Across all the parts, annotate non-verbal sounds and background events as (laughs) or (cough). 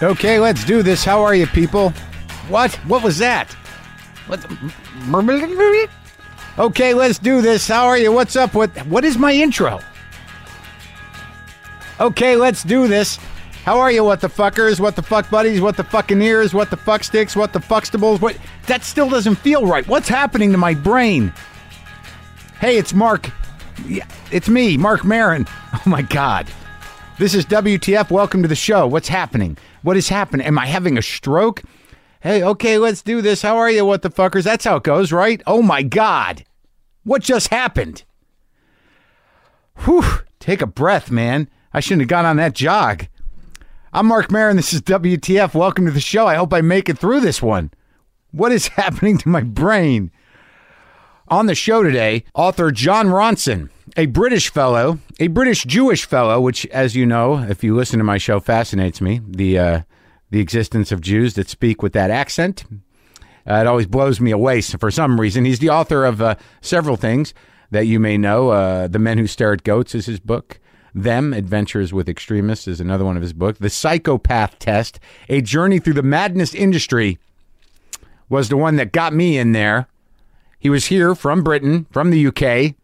Okay, let's do this. How are you, people? What? What was that? What? The... Okay, let's do this. How are you? What's up with what is my intro? Okay, let's do this. How are you, what the fuckers? What the fuck buddies? What the fucking ears? What the fuck sticks? What the fuckstables? What that still doesn't feel right. What's happening to my brain? Hey, it's Mark. Yeah, it's me, Mark Marin. (laughs) Oh my god. This is WTF. Welcome to the show. What's happening? What is happening? Am I having a stroke? Hey, okay, let's do this. How are you, what the fuckers? That's how it goes, right? Oh my God. What just happened? Whew, take a breath, man. I shouldn't have gone on that jog. I'm Mark Marin. This is WTF. Welcome to the show. I hope I make it through this one. What is (laughs) happening to my brain? On the show today, author John Ronson, a British fellow, a British Jewish fellow, which, as you know, if you listen to my show, fascinates me. The uh, the existence of Jews that speak with that accent. Uh, it always blows me away so for some reason. He's the author of uh, several things that you may know. Uh, the Men Who Stare at Goats is his book. Them Adventures with Extremists is another one of his books. The Psychopath Test, A Journey Through the Madness Industry, was the one that got me in there. He was here from Britain, from the UK.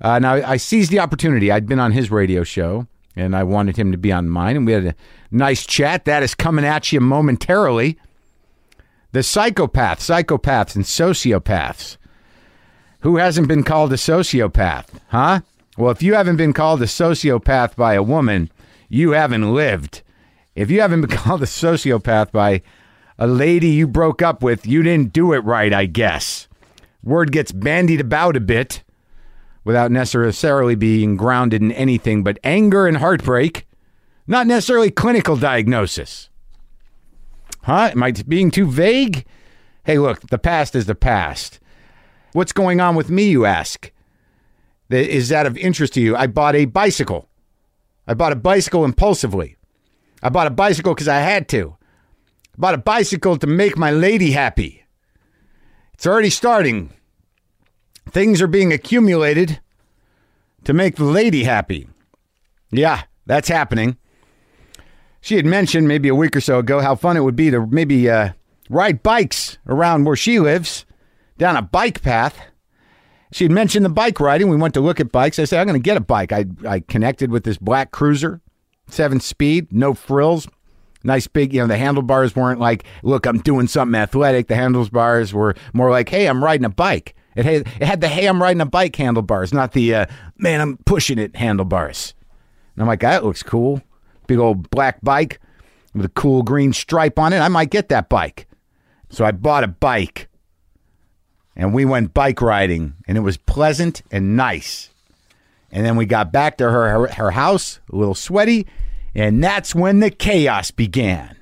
Uh, now I seized the opportunity. I'd been on his radio show, and I wanted him to be on mine, and we had a nice chat. That is coming at you momentarily. The psychopath, psychopaths, and sociopaths. Who hasn't been called a sociopath, huh? Well, if you haven't been called a sociopath by a woman, you haven't lived. If you haven't been (laughs) called a sociopath by a lady you broke up with, you didn't do it right, I guess. Word gets bandied about a bit without necessarily being grounded in anything but anger and heartbreak, not necessarily clinical diagnosis. Huh? Am I t- being too vague? Hey, look, the past is the past. What's going on with me, you ask? Th- Is that of interest to you? I bought a bicycle. I bought a bicycle impulsively. I bought a bicycle because I had to. I bought a bicycle to make my lady happy. It's already starting. Things are being accumulated to make the lady happy. Yeah, that's happening. She had mentioned maybe a week or so ago how fun it would be to maybe uh, ride bikes around where she lives down a bike path. She had mentioned the bike riding. We went to look at bikes. I said, I'm going to get a bike. I, I connected with this black cruiser, seven speed, no frills, nice big, you know, the handlebars weren't like, look, I'm doing something athletic. The handlebars were more like, hey, I'm riding a bike. It had, it had the hey, I'm riding a bike handlebars, not the uh, man, I'm pushing it handlebars. And I'm like, that looks cool. Big old black bike with a cool green stripe on it. I might get that bike. So I bought a bike and we went bike riding and it was pleasant and nice. And then we got back to her, her, her house, a little sweaty, and that's when the chaos began.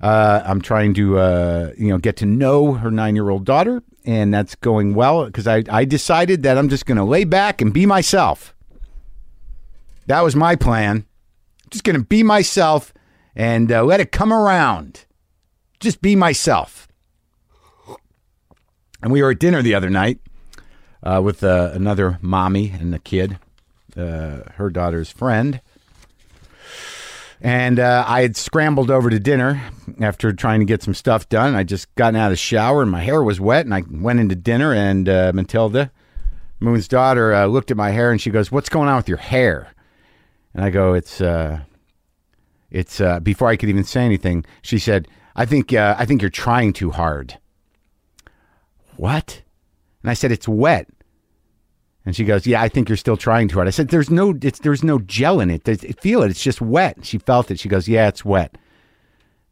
Uh, I'm trying to, uh, you know, get to know her nine-year-old daughter, and that's going well because I, I decided that I'm just going to lay back and be myself. That was my plan. Just going to be myself and uh, let it come around. Just be myself. And we were at dinner the other night uh, with uh, another mommy and a kid, uh, her daughter's friend. And uh, I had scrambled over to dinner after trying to get some stuff done. I just gotten out of the shower and my hair was wet, and I went into dinner. And uh, Matilda, Moon's daughter, uh, looked at my hair and she goes, "What's going on with your hair?" And I go, "It's, uh, it's." Uh, before I could even say anything, she said, "I think, uh, I think you're trying too hard." What? And I said, It's wet. And she goes, "Yeah, I think you're still trying to." It. I said, "There's no, it's there's no gel in it. There's, it feel it. It's just wet." She felt it. She goes, "Yeah, it's wet."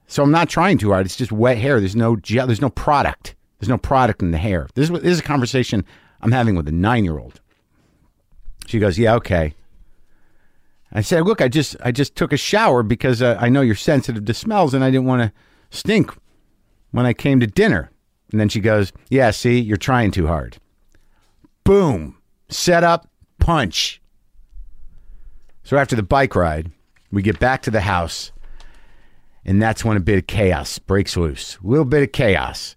So I'm not trying too hard. It's just wet hair. There's no gel. There's no product. There's no product in the hair. This is what- this is a conversation I'm having with a nine year old. She goes, "Yeah, okay." I said, "Look, I just I just took a shower because uh, I know you're sensitive to smells, and I didn't want to stink when I came to dinner." And then she goes, "Yeah, see, you're trying too hard." boom, set up, punch. So after the bike ride, we get back to the house, and that's when a bit of chaos breaks loose. A little bit of chaos.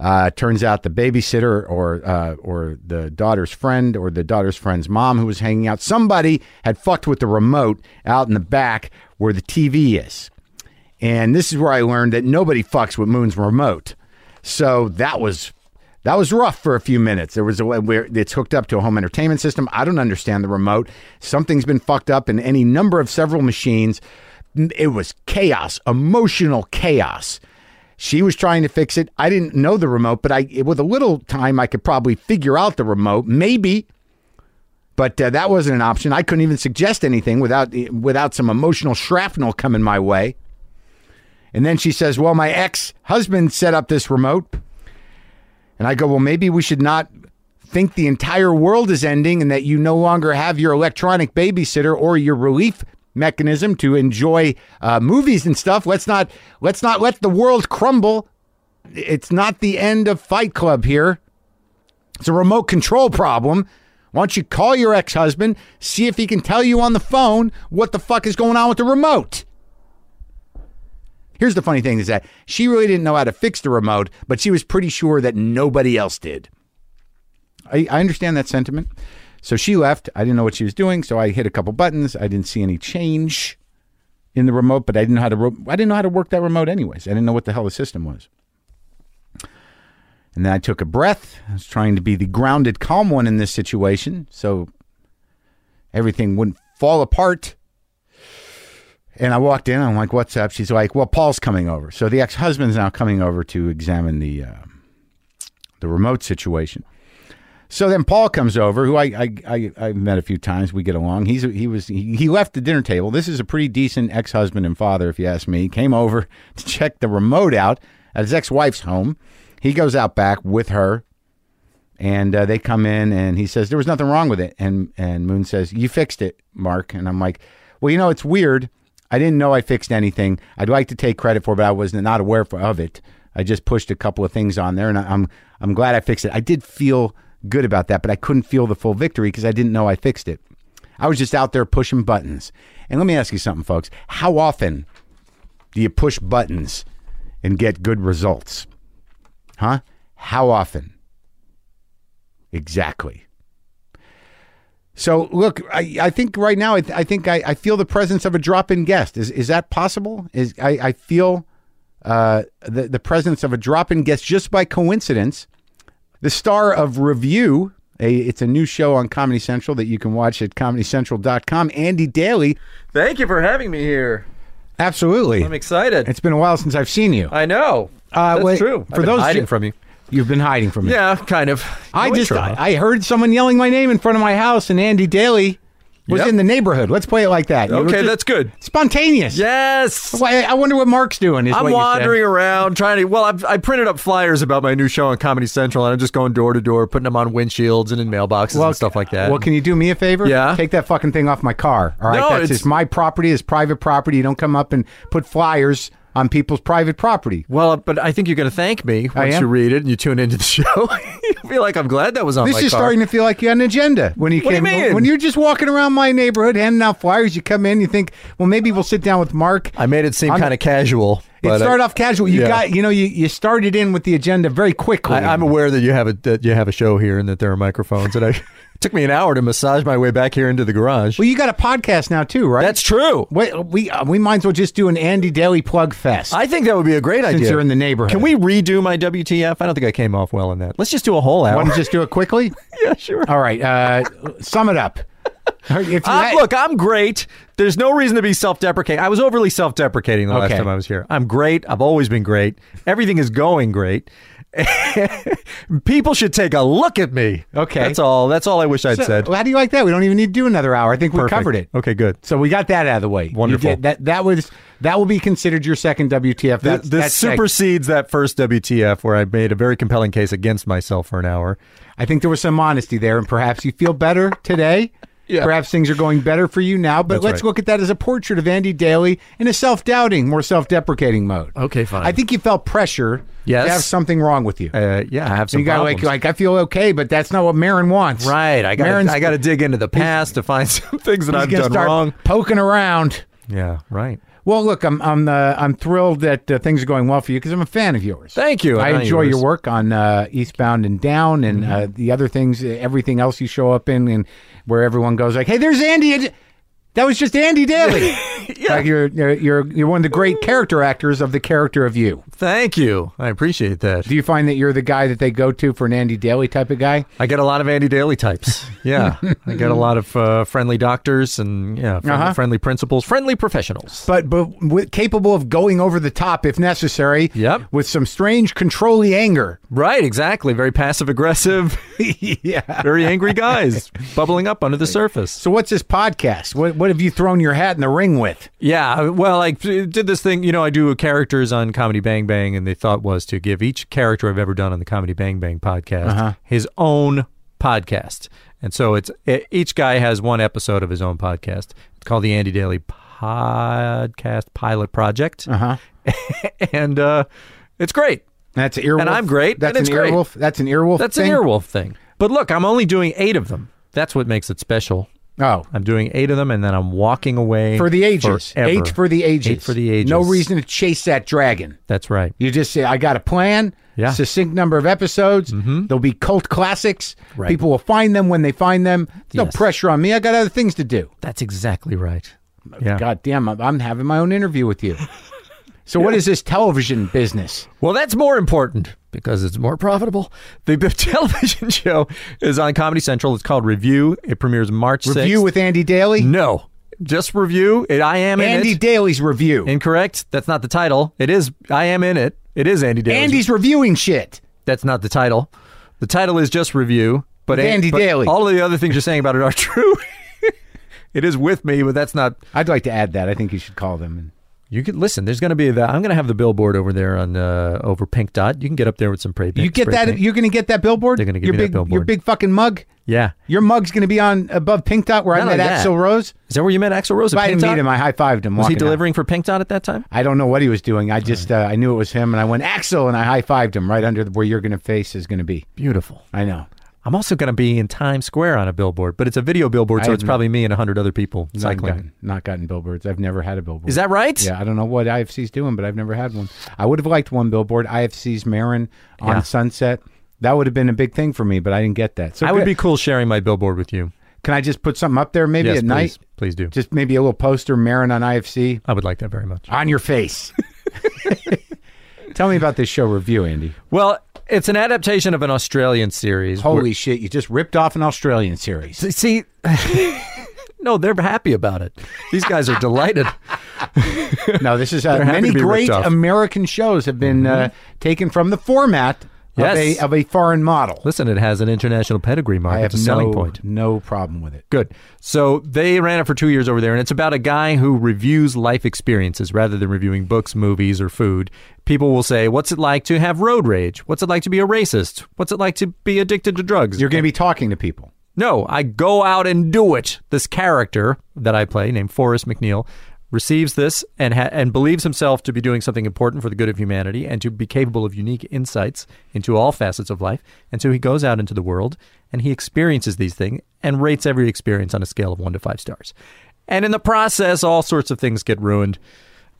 Uh, turns out the babysitter or uh, or the daughter's friend or the daughter's friend's mom who was hanging out, somebody had fucked with the remote out in the back where the TV is. And this is where I learned that nobody fucks with Moon's remote. So that was that was rough for a few minutes. There was a way where it's hooked up to a home entertainment system. I don't understand the remote. Something's been fucked up in any number of several machines. It was chaos, emotional chaos. She was trying to fix it. I didn't know the remote, but I with a little time I could probably figure out the remote, maybe. But uh, that wasn't an option. I couldn't even suggest anything without without some emotional shrapnel coming my way. And then she says, "Well, my ex-husband set up this remote." And I go, "Well, maybe we should not think the entire world is ending and that you no longer have your electronic babysitter or your relief mechanism to enjoy uh, movies and stuff. Let's not let's not let the world crumble. It's not the end of Fight Club here. It's a remote control problem. Why don't you call your ex husband, see if he can tell you on the phone what the fuck is going on with the remote? Here's the funny thing is that she really didn't know how to fix the remote, but she was pretty sure that nobody else did. I, I understand that sentiment. So she left. I didn't know what she was doing, so I hit a couple buttons. I didn't see any change in the remote, but I didn't know how to ro- I didn't know how to work that remote anyways. I didn't know what the hell the system was. And then I took a breath. I was trying to be the grounded, calm one in this situation, so everything wouldn't fall apart. And I walked in. I'm like, "What's up?" She's like, "Well, Paul's coming over." So the ex-husband's now coming over to examine the uh, the remote situation. So then Paul comes over, who I I, I I've met a few times. We get along. He's he was he, he left the dinner table. This is a pretty decent ex husband and father, if you ask me. Came over (laughs) to check the remote out at his ex wife's home. He goes out back with her, and uh, they come in, and he says there was nothing wrong with it. And and Moon says you fixed it, Mark. And I'm like, well, you know, it's weird. I didn't know I fixed anything. I'd like to take credit for, it, but I was not aware for, of it. I just pushed a couple of things on there, and I, I'm I'm glad I fixed it. I did feel good about that, but I couldn't feel the full victory because I didn't know I fixed it. I was just out there pushing buttons. And let me ask you something, folks. How often do you push buttons and get good results? Huh? How often? Exactly. So look, I, I think right now I, th- I think I, I feel the presence of a drop-in guest. Is is that possible? Is I, I feel uh, the the presence of a drop-in guest just by coincidence the star of Review. A, it's a new show on Comedy Central that you can watch at comedycentral.com. Andy Daly. Thank you for having me here. Absolutely. I'm excited. It's been a while since I've seen you. I know. Uh, That's wait, true. For those hiding you, from you. you've been hiding from me. yeah, kind of. I No, just intro, I, huh? I heard someone yelling my name in front of my house and Andy Daly was Yep. in the neighborhood. Let's play it like that. You were Okay, just- that's good. spontaneous. Yes. Why- I wonder what Mark's doing. Is I'm what you said. wandering around trying to. Well, I've, I printed up flyers about my new show on Comedy Central, and I'm just going door to door, putting them on windshields and in mailboxes and stuff like that. Well, can you do me a favor? Yeah. Take that fucking thing off my car. All right. No, That's it's- it's my property. It's private property. You don't come up and put flyers on people's private property. Well, but I think you're going to thank me once am? you read it and you tune into the (laughs) show. You'll be like, I'm glad that was on This my is car. starting to feel like you had an agenda. When you What do you came, mean? when you're just walking around my neighborhood handing out flyers, you come in, you think, well, maybe we'll sit down with Mark. I made it seem I'm- kind of casual. it but I- started off casual. You yeah. got, you know, you, you started in with the agenda very quickly. I, I'm aware that you have a that you have a show here and that there are microphones. (laughs) And I it took me an hour to massage my way back here into the garage. well, you got a podcast now too, right? That's true. what we uh, we might as well just do an Andy Daly plug fest. I think that would be a great since idea. you're in the neighborhood, Can we redo my WTF? I don't think I came off well in that. Let's just do a whole hour. Want (laughs) to just do it quickly? yeah, sure. All right, uh, sum (laughs) it up. If you I'm- had- Uh, look, I'm great. There's no reason to be self-deprecating. I was overly self-deprecating the Okay. last time I was here. I'm great. I've always been great. Everything is going great. (laughs) People should take a look at me. Okay. that's all. That's all I wish I'd said. Well, how do you like that? We don't even need to do another hour. I think we covered it. Okay, good. So we got that out of the way. You Wonderful. did- that that was that will be considered your second WTF. Th- That's, this that's sec- supersedes that first WTF where I made a very compelling case against myself for an hour. I think there was some honesty there, and perhaps you feel better today. Yeah. Perhaps things are going better for you now. But That's let's right. look at that as a portrait of Andy Daly in a self-doubting, more self-deprecating mode. Okay, fine. I think you felt pressure. Yes. To have something wrong with you. Uh, yeah, I have some you got problems. like like I feel okay, but that's not what Marin wants. right. I Marin's- got I got to dig into the past to find (laughs) some things that He's I've gonna done start wrong. poking around. Yeah, right. Well, look, I'm I'm uh, I'm thrilled that uh, things are going well for you because I'm a fan of yours. Thank you. I And enjoy yours. Mm-hmm. your work on uh, Eastbound and Down and uh, the other things, uh, everything else you show up in, and where everyone goes like, "Hey, there's Andy." Ad- That was just Andy (laughs) Daly. Like you're, you're you're you're one of the great character actors of the character of you. Thank you. I appreciate that. Do you find that you're the guy that they go to for an Andy Daly type of guy? I get a lot of Andy Daly types. (laughs) Yeah, I get a lot of uh, friendly doctors and yeah, friendly, Uh-huh. friendly principals, friendly professionals. but but with, capable of going over the top if necessary. Yep. With some strange controlly anger. (laughs) Right, exactly. Very passive aggressive, (laughs) yeah. very angry guys bubbling up under the surface. So what's this podcast? What what have you thrown your hat in the ring with? Yeah, well, I did this thing. You know, I do characters on Comedy Bang Bang, and the thought was to give each character I've ever done on the Comedy Bang Bang podcast Uh-huh. his own podcast. And so it's e- each guy has one episode of his own podcast. It's called the Andy Daly Podcast Pilot Project. Uh-huh. (laughs) and uh, it's great. That's an earwolf. And I'm great, That's and it's an great. earwolf. That's an earwolf. That's thing? an earwolf thing. But look, I'm only doing eight of them. That's what makes it special. Oh, I'm doing eight of them, and then I'm walking away for the ages. forever. Eight for the ages. Eight for the ages. No reason to chase that dragon. That's right. You just say, I got a plan. Yeah. Mm-hmm. Succinct number of episodes. There'll be cult classics. Right. People will find them when they find them. No Yes. pressure on me. I got other things to do. That's exactly right. Yeah. God damn, I'm, I'm having my own interview (laughs) with you. So what is this television business? Well, that's more important because it's more profitable. The, (laughs) the television show is on Comedy Central. It's called Review. It premieres March 6th. Review with Andy Daly? no, just Review. It, I am Andy in it. Daly's review. Incorrect. That's not the title. It is. I am in it. It is Andy Daly. Andy's reviewing shit. That's not the title. The title is just review. But With Andy but Daly. All of the other things you're saying about it are (laughs) true. it is with me, but that's not. I'd like to add that. I think you should call them. You could listen. There's going to be that. I'm going to have the billboard over there on uh, over Pink Dot. You can get up there with some spray paint. You get spray that? paint. You're going to get that billboard? They're gonna give your me that big, Your billboard. big fucking mug? yeah. Your mug's going to be on above Pink Dot where I Not met only that. Axel Rose? Is that where you met Axel Rose? If at I Pink didn't Dot? meet him. I high-fived him Was he walking out. delivering for Pink Dot at that time? I don't know what he was doing. I just, uh, I knew it was him, and I went, Axel, and I high-fived him right under the, where you're going to face is going to be. Beautiful. I know. I'm also going to be in Times Square on a billboard, but it's a video billboard, so I it's haven't- probably me and hundred other people Not cycling. gotten, not gotten billboards. I've never had a billboard. Is that right? Yeah, I don't know what IFC's doing, but I've never had one. I would have liked one billboard, IFC's Marin on Yeah. Sunset. That would have been a big thing for me, but I didn't get that. So I would could- be cool sharing my billboard with you. Can I just put something up there maybe yes, at please, night? please do. Just maybe a little poster, Marin on IFC, I would like that very much. on (laughs) your face. Tell me about this show review, Andy. Well, it's an adaptation of an Australian series. Holy shit, you just ripped off an Australian (laughs) series. Where- see, (laughs) no, they're happy about it. These guys are delighted. No, this is uh, They're happy many to be great ripped off. Mm-hmm. American shows have been uh, taken from the format of, Yes. a, of a foreign model. Listen, it has an international pedigree, Mark. I It's have a selling no, point. no problem with it. Good. So they ran it for two years over there, and it's about a guy who reviews life experiences rather than reviewing books, movies, or food. People will say, What's it like to have road rage? What's it like to be a racist? What's it like to be addicted to drugs? You're going to be talking to people. No, I go out and do it. This character that I play, named Forrest McNeil, receives this and ha- and believes himself to be doing something important for the good of humanity and to be capable of unique insights into all facets of life. And so he goes out into the world and he experiences these things and rates every experience on a scale of one to five stars. And in the process, all sorts of things get ruined: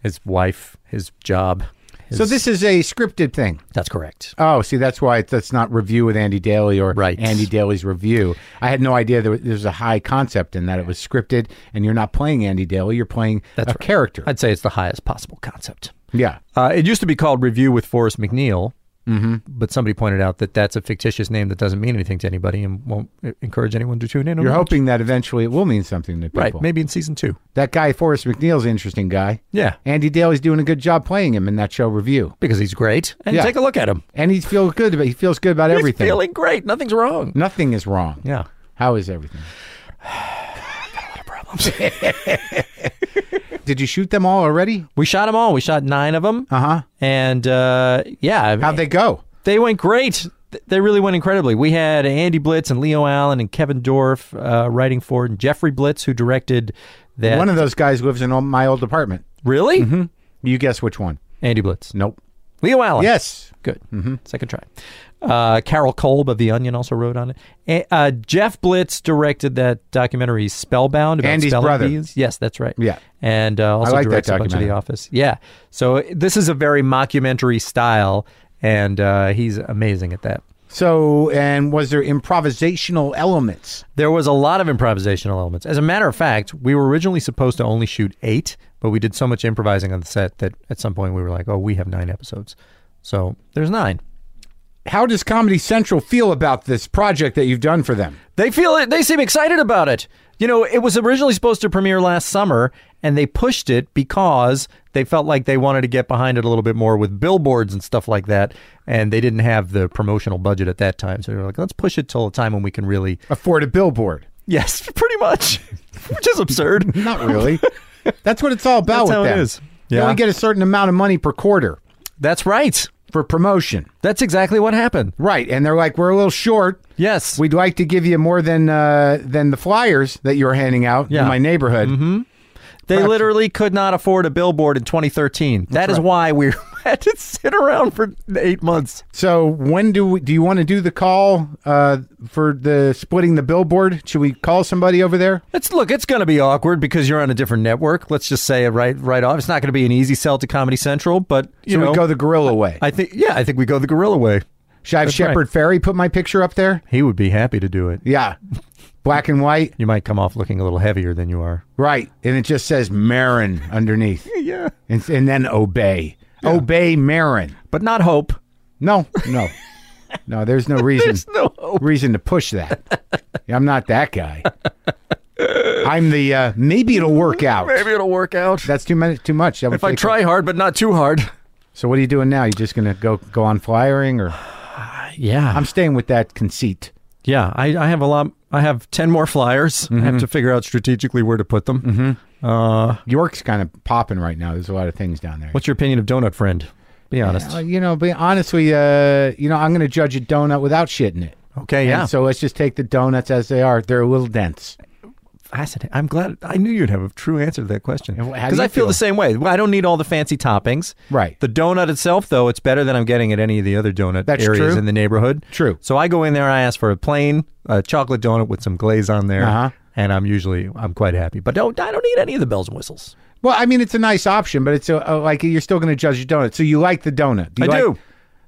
his wife, his job. His, So this is a scripted thing. that's correct. Oh, see, that's why it's, that's not review with Andy Daly or Right. Andy Daly's review. I had no idea there was, there was a high concept in that it was scripted, and you're not playing Andy Daly, you're playing That's a right. character. I'd say it's the highest possible concept. yeah, Uh, it used to be called Review with Forrest McNeil, Mm-hmm. but somebody pointed out that that's a fictitious name that doesn't mean anything to anybody and won't uh, encourage anyone to tune in. or you're watch. hoping that eventually it will mean something to people. right? Maybe in season two. That guy Forrest McNeil's an interesting guy. Yeah, Andy Daly's doing a good job playing him in that show review, because he's great. And Yeah. take a look at him. and he feels good. About, he feels good about everything. He's feeling great. Nothing's wrong. Nothing is wrong. Yeah. How (sighs) is everything? (laughs) Did you shoot them all already? We shot them all. We shot nine of them. Uh huh. And uh, yeah, I mean, How'd they go? they went great. Th- They really went incredibly. We had Andy Blitz and Leo Allen and Kevin Dorff uh, writing for it, and Jeffrey Blitz, who directed that. One of those guys lives in all- my old apartment. really? You guess which one? Andy Blitz. Nope. Leo Allen. Yes. Good. Mm-hmm. Second try. Uh, Carol Kolb of The Onion also wrote on it. A- Uh, Jeff Blitz directed that documentary Spellbound about Andy's spelling brother. bees. Yes, that's right. Yeah. And uh, also like that directs a bunch of The documentary. Office. Yeah. So uh, this is a very mockumentary style, and uh, he's amazing at that. So, and was there improvisational elements? There was a lot of improvisational elements. As a matter of fact, we were originally supposed to only shoot eight, but we did so much improvising on the set that at some point we were like, oh, we have nine episodes. So there's nine. How does Comedy Central feel about this project that you've done for them? They feel it. They seem excited about it. You know, it was originally supposed to premiere last summer, and they pushed it because they felt like they wanted to get behind it a little bit more with billboards and stuff like that. And they didn't have the promotional budget at that time, so they were like, "Let's push it till a time when we can really." (laughs) Afford a billboard? Yes, (laughs) pretty much, which is absurd. Not (laughs) really. That's what it's all That's about with how it them. is. You Yeah. only get a certain amount of money per quarter That's right. for promotion. That's exactly what happened. Right. And they're like, we're a little short. Yes, We'd like to give you more than uh, than the flyers that you were handing out Yeah. Mm-hmm. in my neighborhood. they literally could not afford a billboard in 2013. That is why we (laughs) had to sit around for eight months. So when do we, do you want to do the call uh, for the splitting the billboard? Should we call somebody over there? It's look, it's going to be awkward because you're on a different network. Let's just say it right right off. It's not going to be an easy sell to Comedy Central, but you Should know, we go the gorilla way? I think yeah, I think we go the gorilla way. Should I have That's right. Shepard Ferry put my picture up there? He would be happy to do it. Yeah, black and white. You might come off looking a little heavier than you are. Right, and it just says Marin underneath, Yeah, and, and then obey, obey Marin. but not hope. No, no, no. There's no reason. (laughs) No hope. reason to push that. Yeah, I'm not that guy. I'm the uh, maybe it'll work (laughs) out. Maybe it'll work out. That's too much. Too much. That would If I take- try hard, but not too hard. So what are you doing now? You just gonna go go on flyering, or Yeah, I'm staying with that conceit. yeah. I, I have a lot. I have ten more flyers. I have to figure out strategically where to put them. Mm-hmm. Uh, York's kind of popping right now. There's a lot of things down there. what's your opinion of Donut Friend? Be honest. Uh, you know, but honestly, uh, you know, I'm gonna judge a donut without shitting it. okay. And Yeah. so let's just take the donuts as they are. They're a little dense. Fascinating. I'm glad. I knew you'd have a true answer to that question And wh- how do because you I feel feel? the same way. Well, I don't need all the fancy toppings. Right. The donut itself, though, it's better than I'm getting at any of the other donut That's areas true. in the neighborhood. True. So I go in there. I ask for a plain uh, chocolate donut with some glaze on there, Uh-huh. and I'm usually I'm quite happy. But don't I don't need any of the bells and whistles. Well, I mean, it's a nice option, but it's a, a, like you're still gonna judge your donut. So you like the donut? you I like do.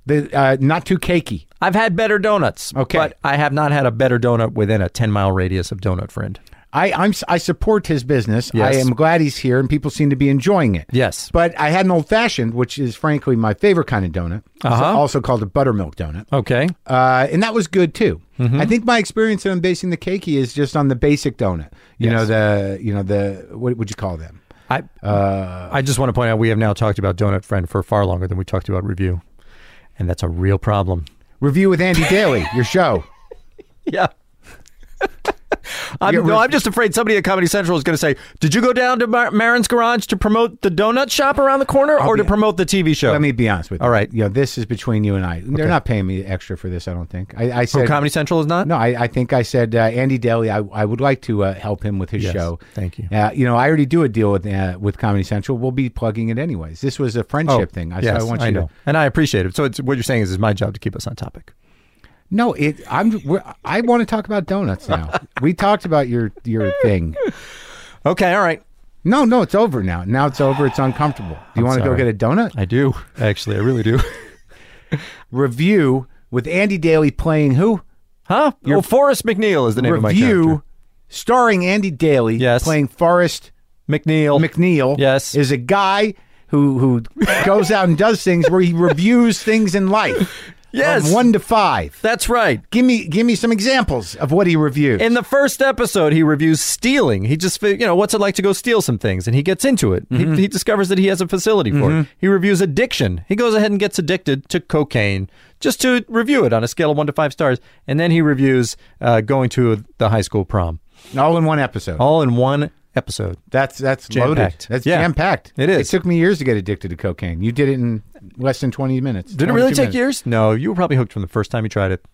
The uh, not too cakey. I've had better donuts. Okay. But I have not had a better donut within a ten mile radius of Donut Friend. I I'm I support his business. Yes. I am glad he's here, and people seem to be enjoying it. Yes. But I had an old fashioned, which is frankly my favorite kind of donut, Uh-huh. also called a buttermilk donut, Okay. uh, and that was good too. Mm-hmm. I think my experience on basing the cakey is just on the basic donut. You know the you know the what would you call them? I Uh, I just want to point out we have now talked about Donut Friend for far longer than we talked about review, and that's a real problem. Review with Andy (laughs) Daly, your show. Yeah. I'm, Yeah, no, we're- (laughs) I'm just afraid somebody at Comedy Central is going to say, "Did you go down to Mar- Marin's Garage to promote the donut shop around the corner, or to promote the TV show?" Let me be honest with you. All right. you know this is between you and I. They're not paying me extra for this. I don't think. I, I said Oh, Comedy Central is not. No, I, I think I said uh, Andy Daly. I, I would like to uh, help him with his show. thank you. Uh, you know, I already do a deal with uh, with Comedy Central. We'll be plugging it anyways. This was a friendship thing. I, so Oh, yes, I want you I know, to and I appreciate it. So it's, what you're saying is, it's my job to keep us on topic. no. It. I'm. We're, I want to talk about donuts now. we talked about your your thing. Okay, all right. No, no, it's over now. Now it's over. It's uncomfortable. Do you want to go sorry. get a donut I do actually, I really do. review with Andy Daly playing who? huh? Well, Forrest McNeil is the name of my Review character. starring Andy Daly Yes. playing Forrest McNeil. McNeil Yes. is a guy who who goes out and does things where he reviews things in life. Yes. From one to five. That's right. Give me give me some examples of what he reviews. In the first episode, he reviews stealing. He just, fi- you know, what's it like to go steal some things? And he gets into it. He, he discovers that he has a facility for it. He reviews addiction. He goes ahead and gets addicted to cocaine just to review it on a scale of one to five stars. And then he reviews uh, going to the high school prom all in one episode. all in one episode. that's that's loaded. Jam-packed. That's Yeah. jam packed. It is. It took me years to get addicted to cocaine. You did it in less than twenty minutes. Did it really 22 take minutes. years? No, you were probably hooked from the first time you tried it.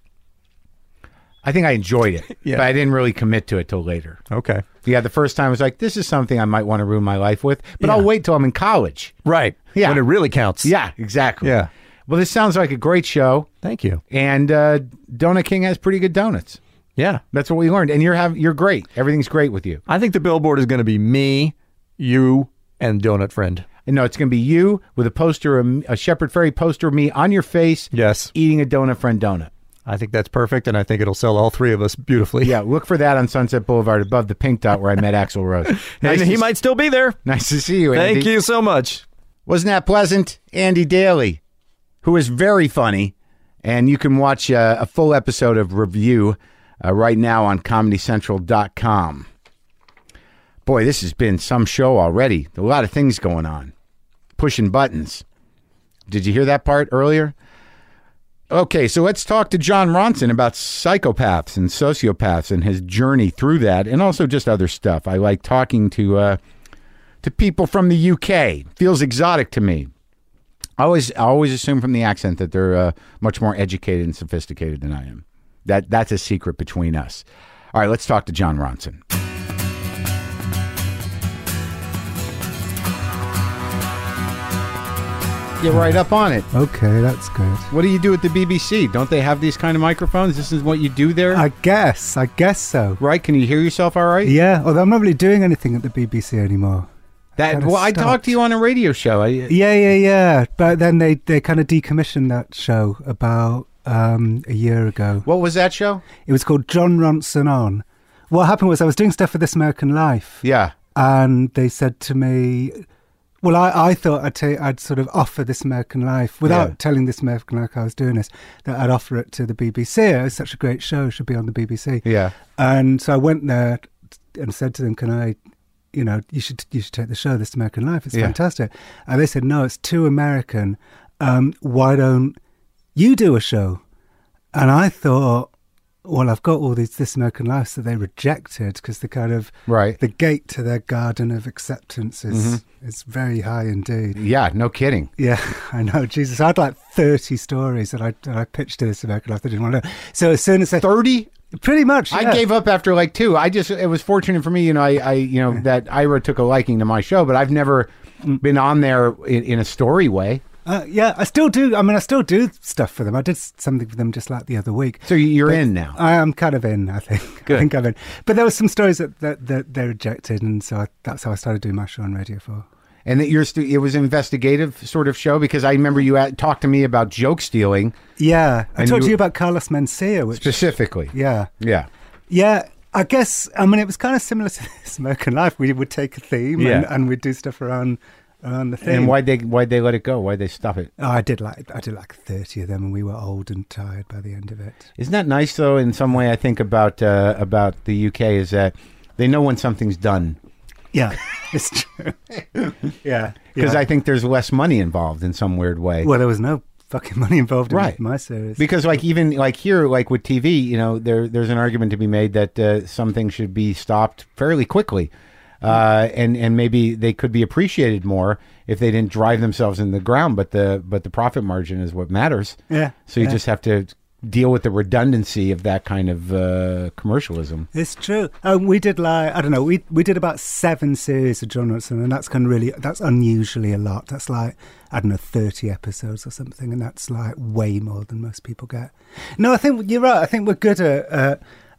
I think I enjoyed it, Yeah. but I didn't really commit to it till later. Okay. Yeah, the first time I was like, "This is something I might want to ruin my life with," but I'll wait till I'm in college. Right. Yeah. When it really counts. Yeah, exactly. Yeah. Well, this sounds like a great show, Thank you. and uh, Donut King has pretty good donuts. Yeah. That's what we learned, and you're have you're great. Everything's great with you. I think the billboard is going to be me, you, and Donut Friend. And no, it's going to be you with a poster, of- a Shepherd Ferry poster of me on your face, Yes. eating a donut, friend donut. I think that's perfect, and I think it'll sell all three of us beautifully. Yeah, look for that on Sunset Boulevard above the pink dot where I met Axel Rose. (laughs) And to he s- might still be there. Nice to see you, Andy. Thank you so much. Wasn't that pleasant? Andy Daly, who is very funny. And you can watch uh, a full episode of Review uh, right now on ComedyCentral.com. Boy, this has been some show already. A lot of things going on, pushing buttons. Did you hear that part earlier? Okay, so let's talk to John Ronson about psychopaths and sociopaths and his journey through that, and also just other stuff. I like talking to uh, to people from the UK. Feels exotic to me. I always I always assume from the accent that they're uh, much more educated and sophisticated than I am. That that's a secret between us. All right, let's talk to John Ronson. Get right up on it. Okay, that's good. What do you do at the BBC? Don't they have these kind of microphones? This is what you do there, I guess, I guess so. right? Can you hear yourself all right? Yeah, although I'm not really doing anything at the BBC anymore. that kinda well, I talked stopped. to you on a radio show. I, Yeah, yeah, yeah. But then they, they kind of decommissioned that show about um, a year ago. what was that show? It was called John Ronson On. What happened was I was doing stuff for This American Life, Yeah, and they said to me, well, I, I thought I'd, ta- I'd sort of offer This American Life without Yeah. telling This American Life I was doing this, that I'd offer it to the BBC. It was such a great show, it should be on the BBC. yeah. And so I went there and said to them, "Can I, you know, you should you should take the show, This American Life. It's Yeah. fantastic." And they said, "No, it's too American. Um, why don't you do a show?" And I thought, "Well, I've got all these This American Lives that they rejected because the kind of Right. Mm-hmm. the gate to their garden of acceptance is is very high indeed." Yeah, no kidding. Yeah, (laughs) I know. Jesus, I had like thirty stories that I that I pitched to This American Life. They didn't want to know. So as soon as they 30? pretty much, I yeah. gave up after like two. I just it was fortunate for me, you know, I, I you (laughs) know that Ira took a liking to my show, but I've never Mm. been on there in, in a story way. Uh, yeah, I still do. I mean, I still do stuff for them. I did s- something for them just like the other week. So you're But uh, in now. I am kind of in. I think. Good. I think I'm in. But there were some stories that that, that they rejected, and so I, that's how I started doing my show on Radio Four. and that you're stu- it was an investigative sort of show because I remember you at, talked to me about joke stealing Yeah, I And talked you- to you about Carlos Mencia, which specifically. yeah, Yeah. yeah. I guess I mean it was kind of similar to (laughs) Smoke and Life. We would take a theme and, Yeah. and we'd do stuff around around the theme. And why they why they let it go? Why they stop it? Oh, I did like I did like thirty of them, and we were old and tired by the end of it. Isn't that nice though? In some way, I think about uh, about the UK is that they know when something's done Yeah, (laughs) it's true. (laughs) yeah, because yeah. I think there's less money involved in some weird way. Well, there was no fucking (laughs) money involved in Right. my series. because like even like here like with tv you know there there's an argument to be made that uh, something should be stopped fairly quickly uh, and and maybe they could be appreciated more if they didn't drive themselves in the ground but the but the profit margin is what matters yeah. so you yeah. just have to deal with the redundancy of that kind of uh, commercialism It's true. Um, we did like I don't know. We we did about seven series of John Ronson, and that's kind of really that's unusually a lot. That's like I don't know thirty episodes or something, and that's like way more than most people get. No, I think you're right. I think we're good at uh,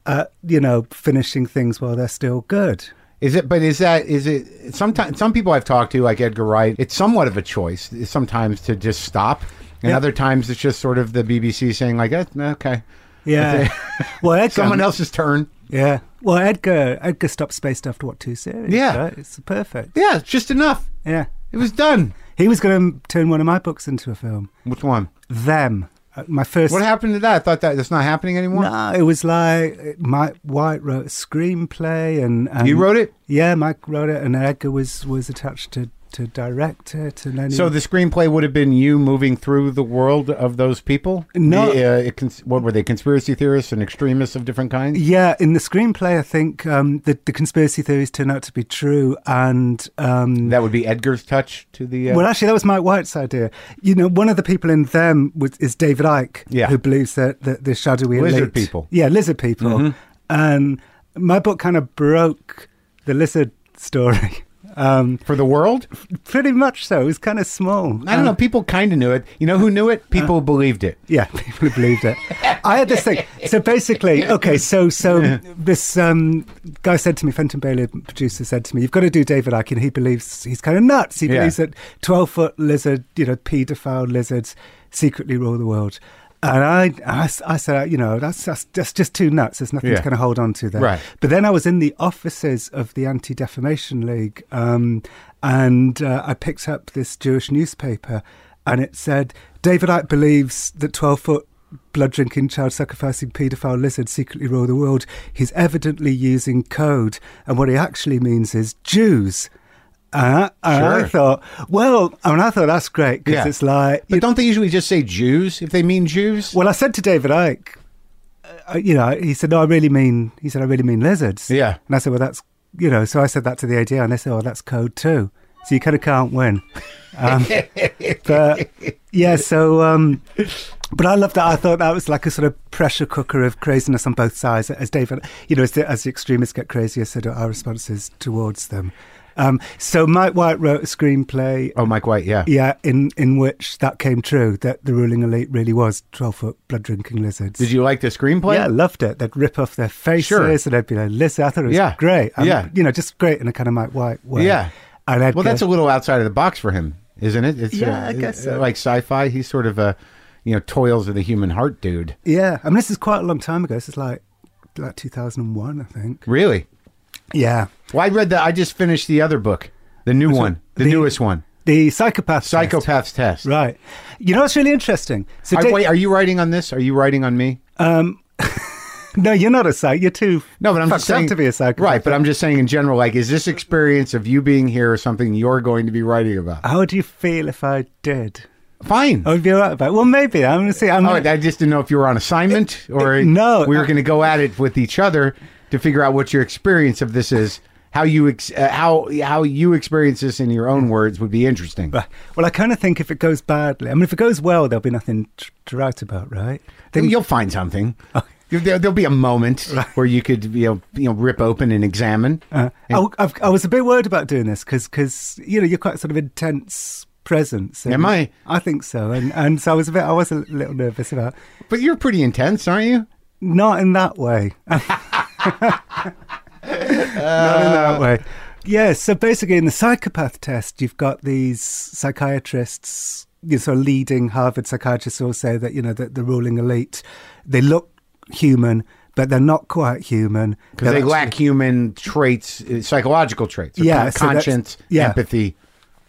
uh, you know finishing things while they're still good. Is it? But is that? Is it? Sometimes some people I've talked to, like Edgar Wright, it's somewhat of a choice. Sometimes to just stop, and Yeah. other times it's just sort of the BBC saying like, eh, okay, Yeah. (laughs) well, Edgar, someone else's turn. Yeah. Well, Edgar Edgar stopped spaced after what two series? Yeah. right? it's perfect. Yeah, it's just enough. Yeah. It was done. He was going to turn one of my books into a film. Which one? Them. Uh, My first. What happened to that? I thought that that's not happening anymore. No, it was like uh, Mike White wrote a screenplay, and, and you wrote it, Yeah, Mike wrote it, and Edgar was was attached to to direct it, and then he- so the screenplay would have been you moving through the world of those people. No. The, uh, it cons- what were they? Conspiracy theorists and extremists of different kinds. yeah, in the screenplay, I think um, the the conspiracy theories turn out to be true, and um, That would be Edgar's touch to the. Uh, Well, actually, that was Mike White's idea. You know, one of the people in them was, is David Icke, Yeah. who believes that the, the shadowy Lizard elite- people. Mm-hmm. yeah, lizard people. And my book kind of broke the lizard story. (laughs) Um, for the world? pretty much so. It was kind of small. I don't know. People kind of knew it. You know who knew uh, it? People who believed it. Yeah, (laughs) people believed it. I had this thing. So basically, okay, so so this um, guy said to me, Fenton Bailey, the producer, said to me, "You've got to do David Icke." He believes he's kind of nuts. He Yeah. believes that twelve foot lizard, you know, paedophile lizards, secretly rule the world. And I, I, s- I said, you know, that's, that's that's just too nuts. There's nothing Yeah. to kind of hold on to there. Right. But then I was in the offices of the Anti Defamation League, um, and uh, I picked up this Jewish newspaper, and it said David Icke believes that 12 foot blood drinking, child sacrificing paedophile lizards secretly rule the world. He's evidently using code, and what he actually means is Jews. Uh, and I Sure. thought, well, I mean, I thought that's great because Yeah. it's like, But don't they usually just say Jews if they mean Jews? well, I said to David Icke, uh, you know, he said, no, I really mean, he said, I really mean lizards. Yeah. And I said, well, that's, you know, so I said that to the ADL and they said, oh, that's code too. So you kind of can't win. Um, but yeah, so, um, but I love that. I thought that was like a sort of pressure cooker of craziness on both sides. As David, you know, as the, as the extremists get crazier, so do our responses towards them. Um, so Mike White wrote a screenplay oh, Mike White, yeah. yeah, in in which that came true that the ruling elite really was twelve foot blood drinking lizards. Did you like the screenplay? Yeah, I loved it. They'd rip off their faces Sure. and they'd be like, "Listen, I thought it was Yeah. great. Yeah. you know, just great in a kind of Mike White way." Yeah. and I'd Well, that's a little outside of the box for him, isn't it? It's Yeah, I I guess so. Like sci-fi, he's sort of a, you know, toils of the human heart dude. yeah. I mean, this is quite a long time ago. This is like like two thousand and one, I think. Really? Yeah, Well, I read that. I just finished the other book, the new one, the, the- newest one, the psychopath. test. Psychopath's Test. Right. You know what's really interesting? So, I, da- wait, are you writing on this? Are you writing on me? no, you're not a psych. You're too No, but I'm fucked just up saying to be a psychopath. Right, but I'm just saying in general, like, is this experience of you being here something you're going to be writing about? How would you feel if I did? Fine. I would be all right about. It. Well, maybe I'm going to see. I'm Oh, gonna- I just didn't know if you were on assignment or Eh, no. we were going to go at it with each other to figure out what your experience of this is. How you ex- uh, how how you experience this in your own words would be interesting. Right. Well, I kind of think if it goes badly, I mean, if it goes well, there'll be nothing t- to write about, right? Then you'll find something. You- There, there'll be a moment where you could you know, you know rip open and examine. Uh, I, I've, I was a bit worried about doing this because, you know, you're quite sort of intense presence. and- Am I? I think so. And, and so I was a bit, I was a little nervous about but you're pretty intense, aren't you? Not in (laughs) that way. (laughs) Not in Uh. that way. Yeah, so basically, in the psychopath test, you've got these psychiatrists, you know, sort of leading Harvard psychiatrists, all say that you know that the ruling elite, they look human, but they're not quite human Because They're they lack human traits, uh, psychological traits. So Yeah, con- so that's- conscience, yeah. empathy.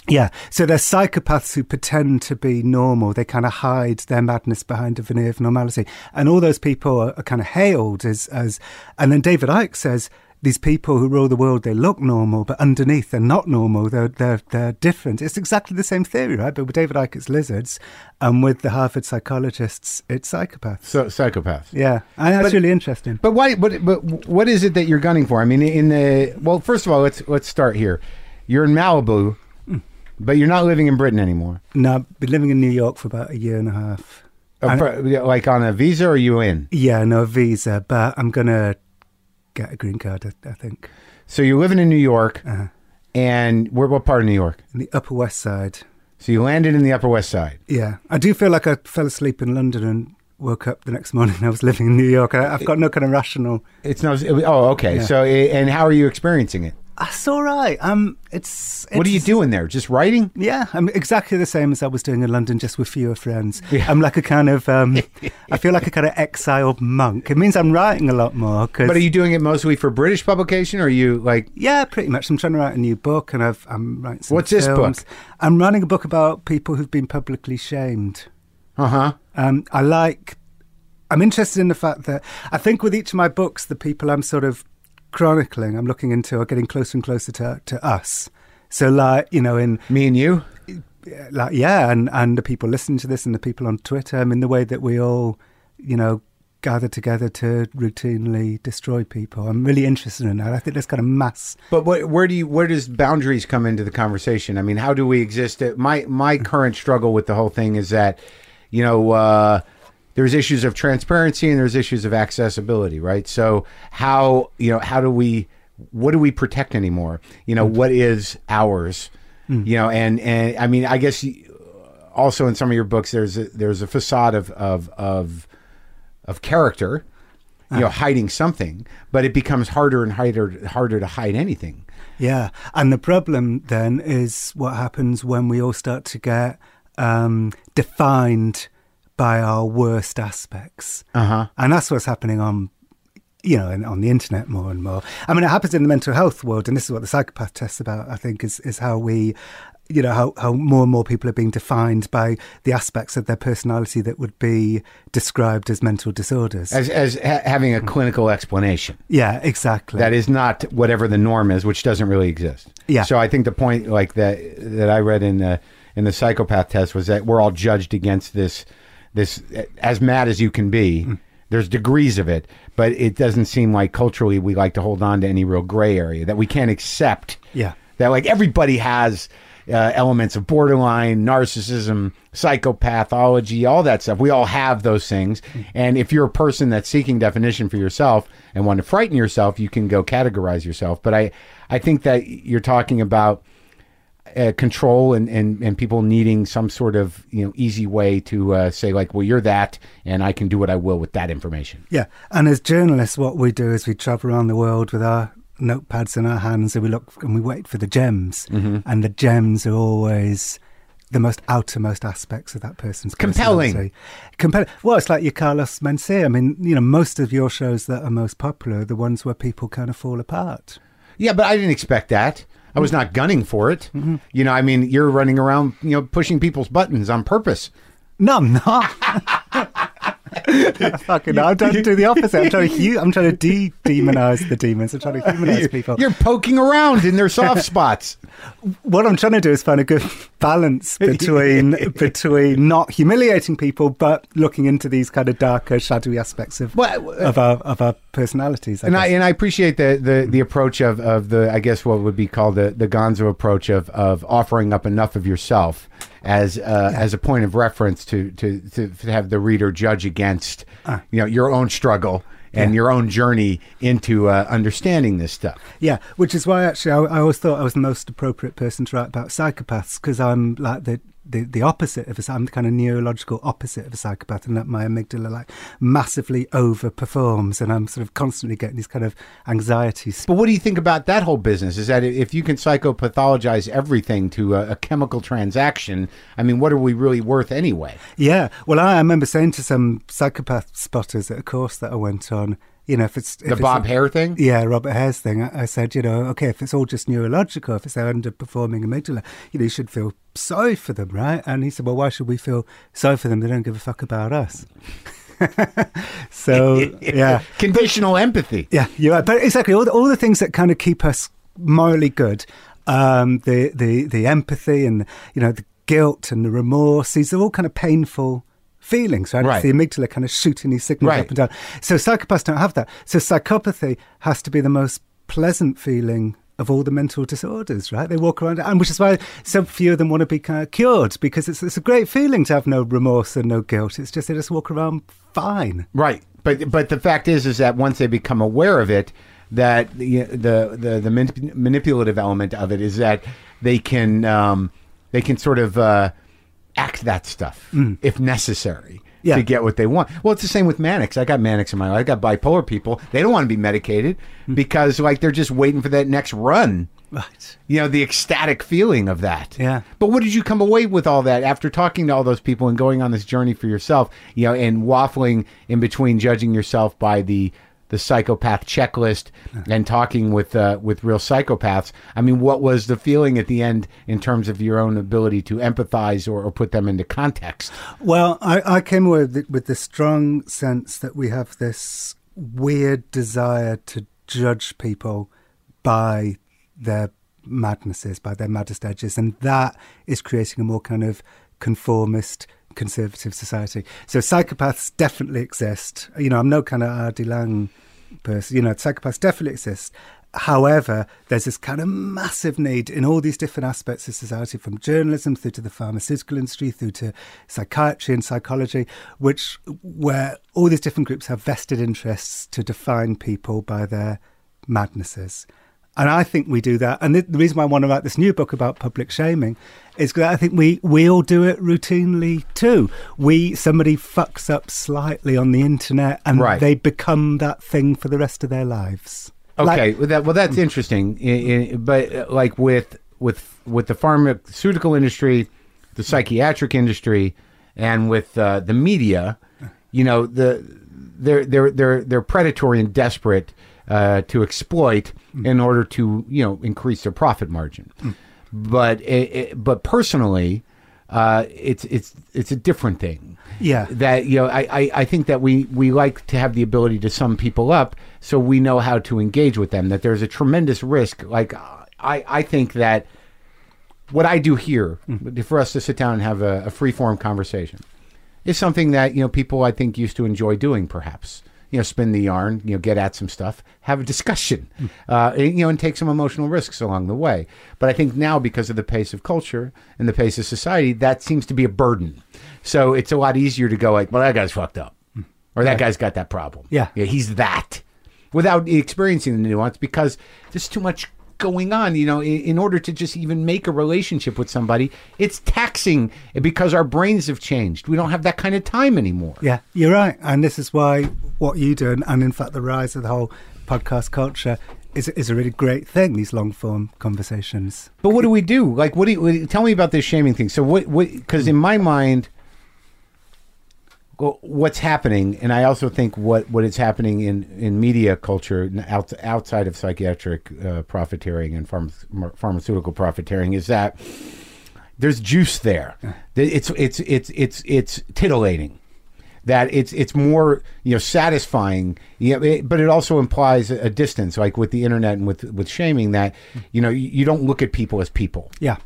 Yeah, so they're psychopaths who pretend to be normal. They kind of hide their madness behind a veneer of normality, and all those people are, are kind of hailed as, as. And then David Icke says these people who rule the world they look normal, but underneath they're not normal. They're they're they're different. It's exactly the same theory, right? But with David Icke, it's lizards, and with the Harvard psychologists, it's psychopaths. So psychopaths. Yeah, and that's really interesting. But why? But but what is it that you're gunning for? I mean, in the well, first of all, let's let's start here. You're in Malibu, but you're not living in Britain anymore. Now, I've been living in New York for about a year and a half. Uh, And- for- like on a visa, or are you in? Yeah, no visa, but I'm gonna get a green card. I, I think. So you're living in New York, Uh-huh. and where, what part of New York? in the Upper West Side. So you landed in the Upper West Side. Yeah, I do feel like I fell asleep in London and woke up the next morning. (laughs) and I was living in New York. I, I've got no kind of rational. It's no. Oh, okay. Yeah. So eh, and how are you experiencing it? That's all right. Um, it's, what are you it's- doing there? Just writing? Yeah, I'm exactly the same as I was doing in London, just with fewer friends. I'm like a kind (laughs) of, um, I feel like a kind of exiled monk. It means I'm writing a lot more. 'cause- But are you doing it mostly for British publication, or are you like? Yeah, pretty much. I'm trying to write a new book, and I've I'm writing. Some What's this book? films. I'm writing a book about people who've been publicly shamed. Uh huh. Um, I like. I'm interested in the fact that I think with each of my books, the people I'm sort of chronicling, I'm looking into, are getting closer and closer to to us. So, like you know, in Me and you. like yeah, and and the people listening to this, and the people on Twitter, I mean, the way that we all, you know, gather together to routinely destroy people. I'm really interested in that. I think there's kind of mass. But what, where do you where does boundaries come into the conversation? I mean, how do we exist? At, my my current struggle with the whole thing is that, you know, uh, there's issues of transparency and there's issues of accessibility, right? So how you know how do we what do we protect anymore? You know, what is ours? You know, and and I mean, I guess you- also in some of your books, there's a, there's a facade of of of, of character, you know, hiding something, but it becomes harder and harder harder to hide anything. Yeah, and the problem then is what happens when we all start to get um, defined by our worst aspects, uh-huh. and that's what's happening on, you know, in, on the internet more and more. I mean, it happens in the mental health world, and this is what the psychopath test's about. I think is is how we. You know, how, how more and more people are being defined by the aspects of their personality that would be described as mental disorders. As as ha- having a clinical explanation. yeah, exactly. that is not whatever the norm is, which doesn't really exist. Yeah. So I think the point, like that, that I read in the in the psychopath test was that we're all judged against this this as mad as you can be. There's degrees of it, but it doesn't seem like culturally we like to hold on to any real gray area that we can't accept. Yeah. That like everybody has uh, elements of borderline, narcissism, psychopathology, all that stuff. We all have those things. And if you're a person that's seeking definition for yourself and want to frighten yourself, you can go categorize yourself. But I, I think that you're talking about uh, control and, and, and people needing some sort of you know easy way to uh, say like, well, you're that, and I can do what I will with that information. Yeah, and as journalists, what we do is we travel around the world with our notepads in our hands, and we look and we wait for the gems, and the gems are always the most outermost aspects of that person's Compelling. personality. Compelling. Well, it's like your Carlos Mencia. I mean, you know, most of your shows that are most popular are the ones where people kind of fall apart. Yeah, but I didn't expect that. I was not gunning for it. You know, I mean, you're running around, you know, pushing people's buttons on purpose. No, I'm not. (laughs) Fucking, I'm trying to do the opposite. I'm trying to, hu- I'm trying to de demonize the demons. I'm trying to humanize people. You're poking around in their soft spots. what I'm trying to do is find a good (laughs) (laughs) balance between between not humiliating people but looking into these kind of darker, shadowy aspects of Well, uh, of our of our personalities. I And I guess. and I appreciate the the, the approach of, of the I guess what would be called the, the Gonzo approach of, of offering up enough of yourself as uh, as a point of reference to to, to to have the reader judge against you know your own struggle and your own journey into uh, understanding this stuff. yeah, which is why actually I, I always thought I was the most appropriate person to write about psychopaths because I'm like the. The, the opposite of a psy- I'm the kind of neurological opposite of a psychopath, and that my amygdala like massively overperforms, and I'm sort of constantly getting these kind of anxiety But what do you think about that whole business? Is that if you can psychopathologize everything to a, a chemical transaction, I mean, what are we really worth anyway? Yeah. Well, I, I remember saying to some psychopath spotters at a course that I went on, you know, if it's if The it's Bob Hare thing? yeah, Robert Hare's thing. I, I said, you know, okay, if it's all just neurological, if it's their underperforming amygdala, you know, you should feel sorry for them, right? And he said, well, why should we feel sorry for them? They don't give a fuck about us. (laughs) (laughs) so yeah, Conditional empathy. yeah, you're right. But exactly, all the, all the things that kind of keep us morally good, um, the the the empathy and you know the guilt and the remorse, these are all kind of painful feelings, right? Right. It's the amygdala kind of shooting these signals Right. up and down. So psychopaths don't have that. So psychopathy has to be the most pleasant feeling. Of all the mental disorders, right? They walk around, and which is why so few of them want to be kind of cured because it's, it's a great feeling to have no remorse and no guilt. It's just they just walk around fine. Right. But but the fact is is that once they become aware of it, that the the the, the manip- manipulative element of it is that they can um, they can sort of uh, act that stuff if necessary. Yeah. To get what they want. Well, it's the same with manics. I got manics in my life. I got bipolar people. They don't want to be medicated because, like, they're just waiting for that next run. Right. You know, the ecstatic feeling of that. Yeah. But what did you come away with all that after talking to all those people and going on this journey for yourself, you know, and waffling in between judging yourself by the the psychopath checklist and talking with uh, with real psychopaths. I mean, what was the feeling at the end in terms of your own ability to empathize or, or put them into context? Well, I, I came away with the, with the strong sense that we have this weird desire to judge people by their madnesses, by their maddest edges, and that is creating a more kind of conformist conservative society. So psychopaths definitely exist. You know, I'm no kind of R.D. Lang person. You know, psychopaths definitely exist. However, there's this kind of massive need in all these different aspects of society, from journalism through to the pharmaceutical industry, through to psychiatry and psychology, which where all these different groups have vested interests to define people by their madnesses. And I think we do that. And the, the reason why I want to write this new book about public shaming is because I think we, we all do it routinely too. We somebody fucks up slightly on the internet and Right. they become that thing for the rest of their lives. Like- Okay, well, that, well that's interesting. I- I- but uh, like with with with the pharmaceutical industry, the psychiatric industry, and with uh, the media, you know, the they're they're they're they're predatory and desperate uh, to exploit in order to you know increase their profit margin. But it, it, but personally, uh, it's it's it's a different thing Yeah. that you know I, I, I think that we we like to have the ability to sum people up so we know how to engage with them that there's a tremendous risk like i i think that what i do here for us to sit down and have a, a free form conversation is something that you know people i think used to enjoy doing perhaps you know spin the yarn you know get at some stuff have a discussion uh, and, you know and take some emotional risks along the way but i think now because of the pace of culture and the pace of society that seems to be a burden so it's a lot easier to go like well that guy's fucked up or that guy's got that problem Yeah. yeah he's that without experiencing the nuance because there's too much going on you know in, in order to just even make a relationship with somebody it's taxing because our brains have changed we don't have that kind of time anymore Yeah, you're right. And this is why what you do, and, and in fact, the rise of the whole podcast culture is, is a really great thing, these long form conversations. But what do we do? Like, what do you what do you- tell me about this shaming thing? So, what, what, because in my mind, well, what's happening, and I also think what, what is happening in, in media culture n- out, outside of psychiatric uh, profiteering and pharma, pharmaceutical profiteering is that there's juice there. Th- It's, it's, it's, it's, it's titillating. That it's it's more you know satisfying, you know, it, but it also implies a a distance, like with the internet and with with shaming. That you know you, you don't look at people as people Yeah.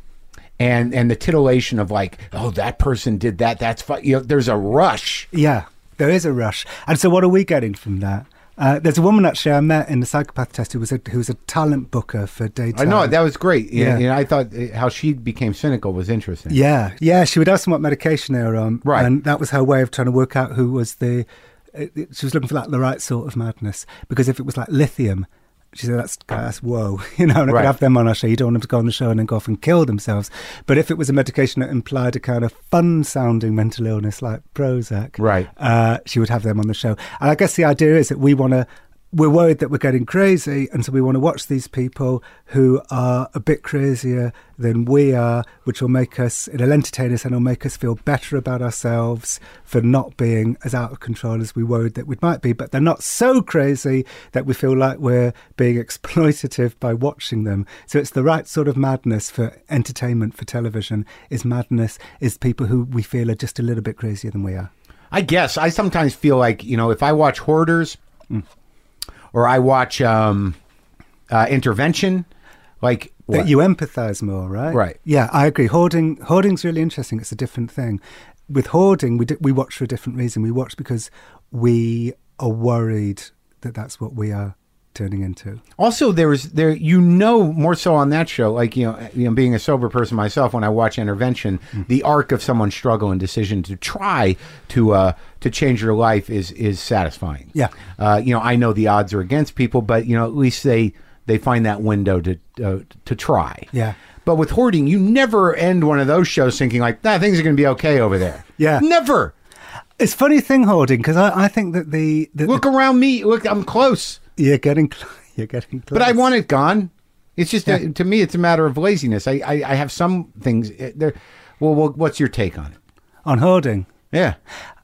and and the titillation of like, oh, that person did that. That's fu-. you know, there's a rush. Yeah, there is a rush. And so, what are we getting from that? Uh, there's a woman actually I met in the psychopath test who was a, who was a talent booker for I daytime. know that was great. Yeah, Yeah. and I thought uh, how she became cynical was interesting. Yeah, yeah. She would ask them what medication they were on, Right. And that was her way of trying to work out who was the. It, it- she was looking for like the right sort of madness because if it was like lithium, she said that's that's whoa, (laughs) you know, and I Right. could have them on our show. You don't want them to go on the show and then go off and kill themselves. But if it was a medication that implied a kind of fun-sounding mental illness like Prozac, Right. uh, she would have them on the show. And I guess the idea is that we want to, we're worried that we're getting crazy, and so we want to watch these people who are a bit crazier than we are, which will make us, it'll entertain us and it'll make us feel better about ourselves for not being as out of control as we worried that we might be. But they're not so crazy that we feel like we're being (laughs) exploitative by watching them. So it's the right sort of madness for entertainment for television is madness is people who we feel are just a little bit crazier than we are. I guess I sometimes feel like you know if I watch Hoarders, or I watch um, uh, Intervention, like that you empathize more, right? Right. Yeah, I agree. Hoarding, hoarding's really interesting. It's a different thing. With hoarding, we d we watch for a different reason. We watch because we are worried that that's what we are turning into. Also, there was there you know more so on that show, like you know, you know, being a sober person myself, when I watch Intervention, Mm-hmm. the arc of someone's struggle and decision to try to uh, to change your life is is satisfying. Yeah. uh, you know, I know the odds are against people, but you know, at least they they find that window to uh, to try. Yeah. But with hoarding, you never end one of those shows thinking like, "Nah, things are going to be okay over there." Yeah. (laughs) never. It's a funny thing hoarding because I, I think that the, the Look around me. Look, I'm close. you're getting cl- (laughs) you're getting close. But I want it gone. It's just uh to me, it's a matter of laziness. I, I, I have some things uh, there. Well, well, what's your take on it? on hoarding. Yeah,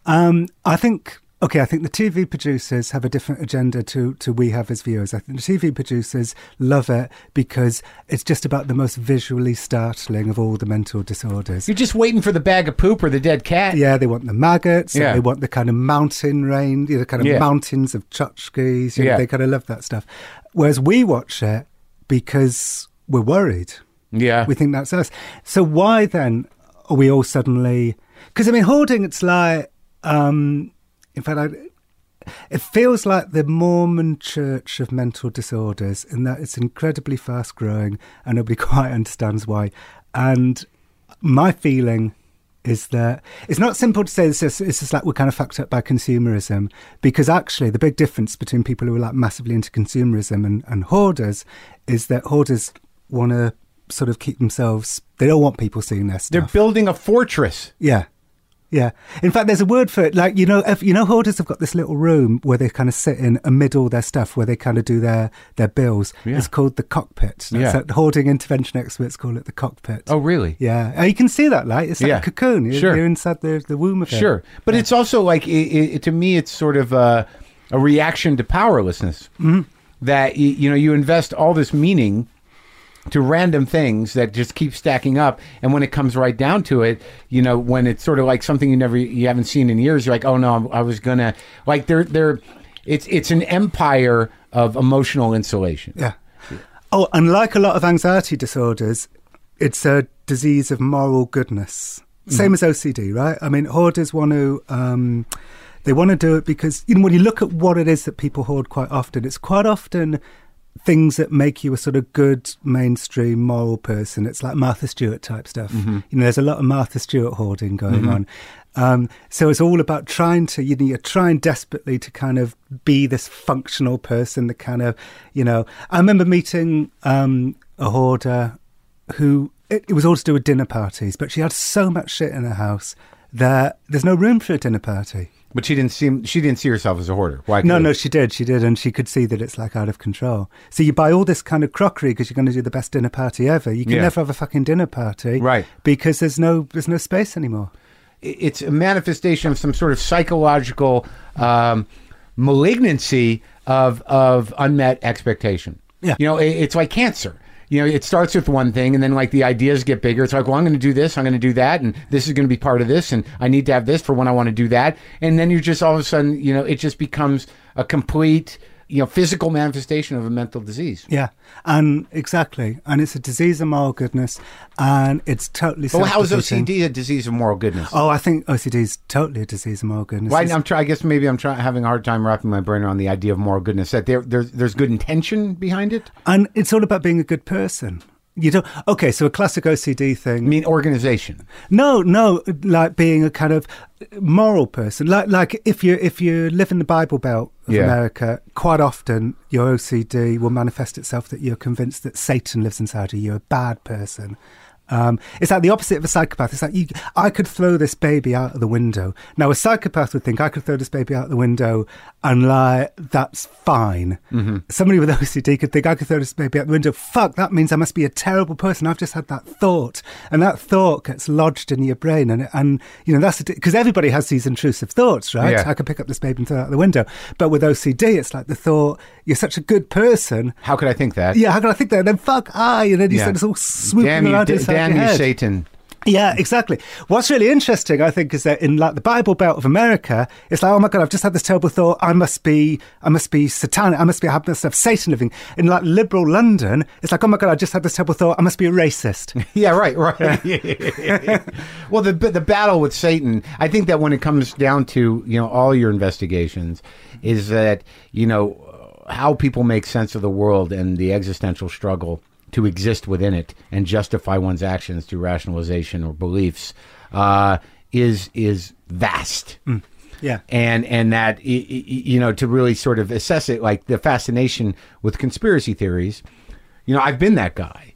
Um, I think okay. I think the TV producers have a different agenda to to we have as viewers. I think the TV producers love it because it's just about the most visually startling of all the mental disorders. you're just waiting for the bag of poop or the dead cat. Yeah, they want the maggots. and Yeah. They want the kind of mountain rain, you know, the kind of Yeah. mountains of tchotchkes. You know, Yeah. They kind of love that stuff. Whereas we watch it because we're worried. yeah. We think that's us. So why then are we all suddenly. Because, I mean, hoarding, it's like. Um, in fact, I, it feels like the Mormon Church of mental disorders, in that it's incredibly (laughs) fast growing and nobody quite understands why. And my feeling is that it's not simple to say this is it's just like we're kind of fucked up by consumerism because actually the big difference between people who are like massively into consumerism and, and hoarders is that hoarders want to sort of keep themselves they don't want people seeing their They're stuff building a fortress. yeah yeah in fact there's a word for it like you know if, you know hoarders have got this little room where they kind of sit in amid all their stuff where they kind of do their their bills Yeah. it's called the cockpit Yeah. That's what hoarding intervention experts call it the cockpit Oh, really? yeah, Uh, you can see that, like it's like Yeah. a cocoon. You're, Sure. you're inside the, the womb of it. Sure, but it's also like it, it, to me, it's sort of a, a reaction to powerlessness. Mm-hmm. That you, you know, you invest all this meaning to random things that just keep stacking up, and when it comes right down to it, you know, when it's sort of like something you never you haven't seen in years, you're like, oh no, I'm- I was gonna like they're they're it's it's an empire of emotional insulation. Yeah. Oh, and like a lot of anxiety disorders, it's a disease of moral goodness. Same as OCD, right? I mean, hoarders want to. Um, they want to do it because you know when you look at what it is that people hoard quite often, it's quite often things that make you a sort of good mainstream moral person. It's like Martha Stewart type stuff. You know, there's a lot of Martha Stewart hoarding going on. Um, so it's all about trying to, you know, you're trying desperately to kind of be this functional person, the kind of, you know, I remember meeting um, a hoarder who it, it was all to do with dinner parties, but she had so much shit in her house that there's no room for a dinner party. But she didn't seem she didn't see herself as a hoarder. Why? No, no, she did. She did. And she could see that it's like out of control. So you buy all this kind of crockery because you're going to do the best dinner party ever. You can Yeah. never have a fucking dinner party. Right. Because there's no, there's no space anymore. it's a manifestation of some sort of psychological um, malignancy of of unmet expectation. Yeah. you know, it, it's like cancer. You know, it starts with one thing, and then like the ideas get bigger. It's like, well, I'm going to do this, I'm going to do that, and this is going to be part of this, and I need to have this for when I want to do that. And then you're just all of a sudden, you know, it just becomes a complete, you know, physical manifestation of a mental disease. Yeah. And exactly. And it's a disease of moral goodness. And it's totally. But how is self-defeating. OCD a disease of moral goodness? Oh, I think OCD is totally a disease of moral goodness. Why It's- I'm try, I guess maybe I'm try, having a hard time wrapping my brain around the idea of moral goodness. That there, there's there's good intention behind it. And it's all about being a good person. You don't. Okay, so a classic OCD I thing. mean, organization. No, no, like being a kind of moral person. Like, like if you if you live in the Bible Belt of Yeah. America, quite often your OCD will manifest itself that you're convinced that Satan lives inside you. You're a bad person. Um, it's like the opposite of a psychopath. It's like you, I could throw this baby out of the window. Now, a psychopath would think I could throw this baby out the window and lie, that's fine. Somebody with OCD could think I could throw this baby out the window. Fuck, that means I must be a terrible person. I've just had that thought. And that thought gets lodged in your brain. And, and you know, that's because everybody has these intrusive thoughts, right? Yeah. I could pick up this baby and throw it out the window. But with OCD, it's like the thought, you're such a good person. How could I think that? Yeah, how can I think that? And then fuck I, and then you Yeah. start all swooping damn you, around d- inside damn your you, head. Satan. Yeah, exactly. What's really interesting, I think, is that in like the Bible Belt of America, it's like, oh my god, I've just had this terrible thought. I must be, I must be satanic. I must be, I must have Satan living. In like liberal London, it's like, oh my god, I just had this terrible thought. I must be (laughs) a racist. Yeah, right, right. (laughs) well, the the battle with Satan. I think that when it comes down to you know all your investigations, is that you know how people make sense of the world and the existential struggle to exist within it and justify one's actions through rationalization or beliefs uh, is is vast yeah, and and that y- y- y- you know to really sort of assess it like the fascination with conspiracy theories you know i've been that guy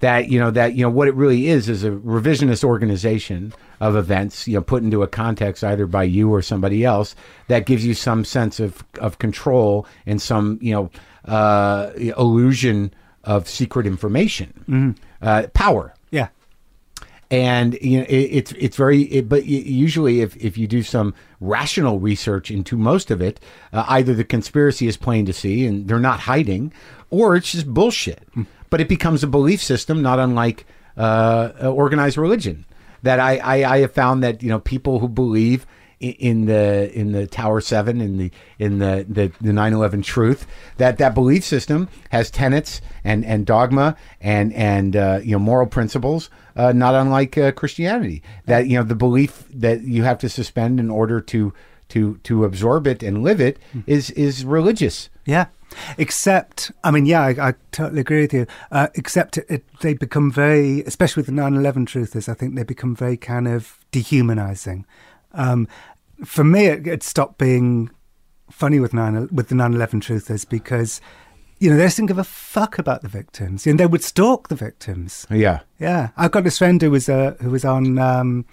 that you know that you know what it really is is a revisionist organization of events you know put into a context either by you or somebody else that gives you some sense of of control and some you know uh illusion of secret information uh power yeah, and you know it, it's it's very it, but y- usually if if you do some rational research into most of it uh, either the conspiracy is plain to see and they're not hiding or it's just bullshit but it becomes a belief system not unlike uh, uh, organized religion that I, I i have found that you know people who believe i- in the in the Tower Seven in the in the the the nine eleven truth that that belief system has tenets and and dogma and and uh, you know moral principles uh, not unlike uh, Christianity that you know the belief that you have to Hmm. suspend in order to to to absorb it and live it is is religious yeah. Except, I mean, yeah, I, I totally agree with you. Uh, except it, it, they become very, especially with the 9 11 truthers, I think they become very kind of dehumanizing. Um, for me, it, it stopped being funny with, nine, with the 9 11 truthers because, you know, they just didn't give a fuck about the victims. You know, they would stalk the victims. Yeah. Yeah, I've got this friend who was uh, who was on um,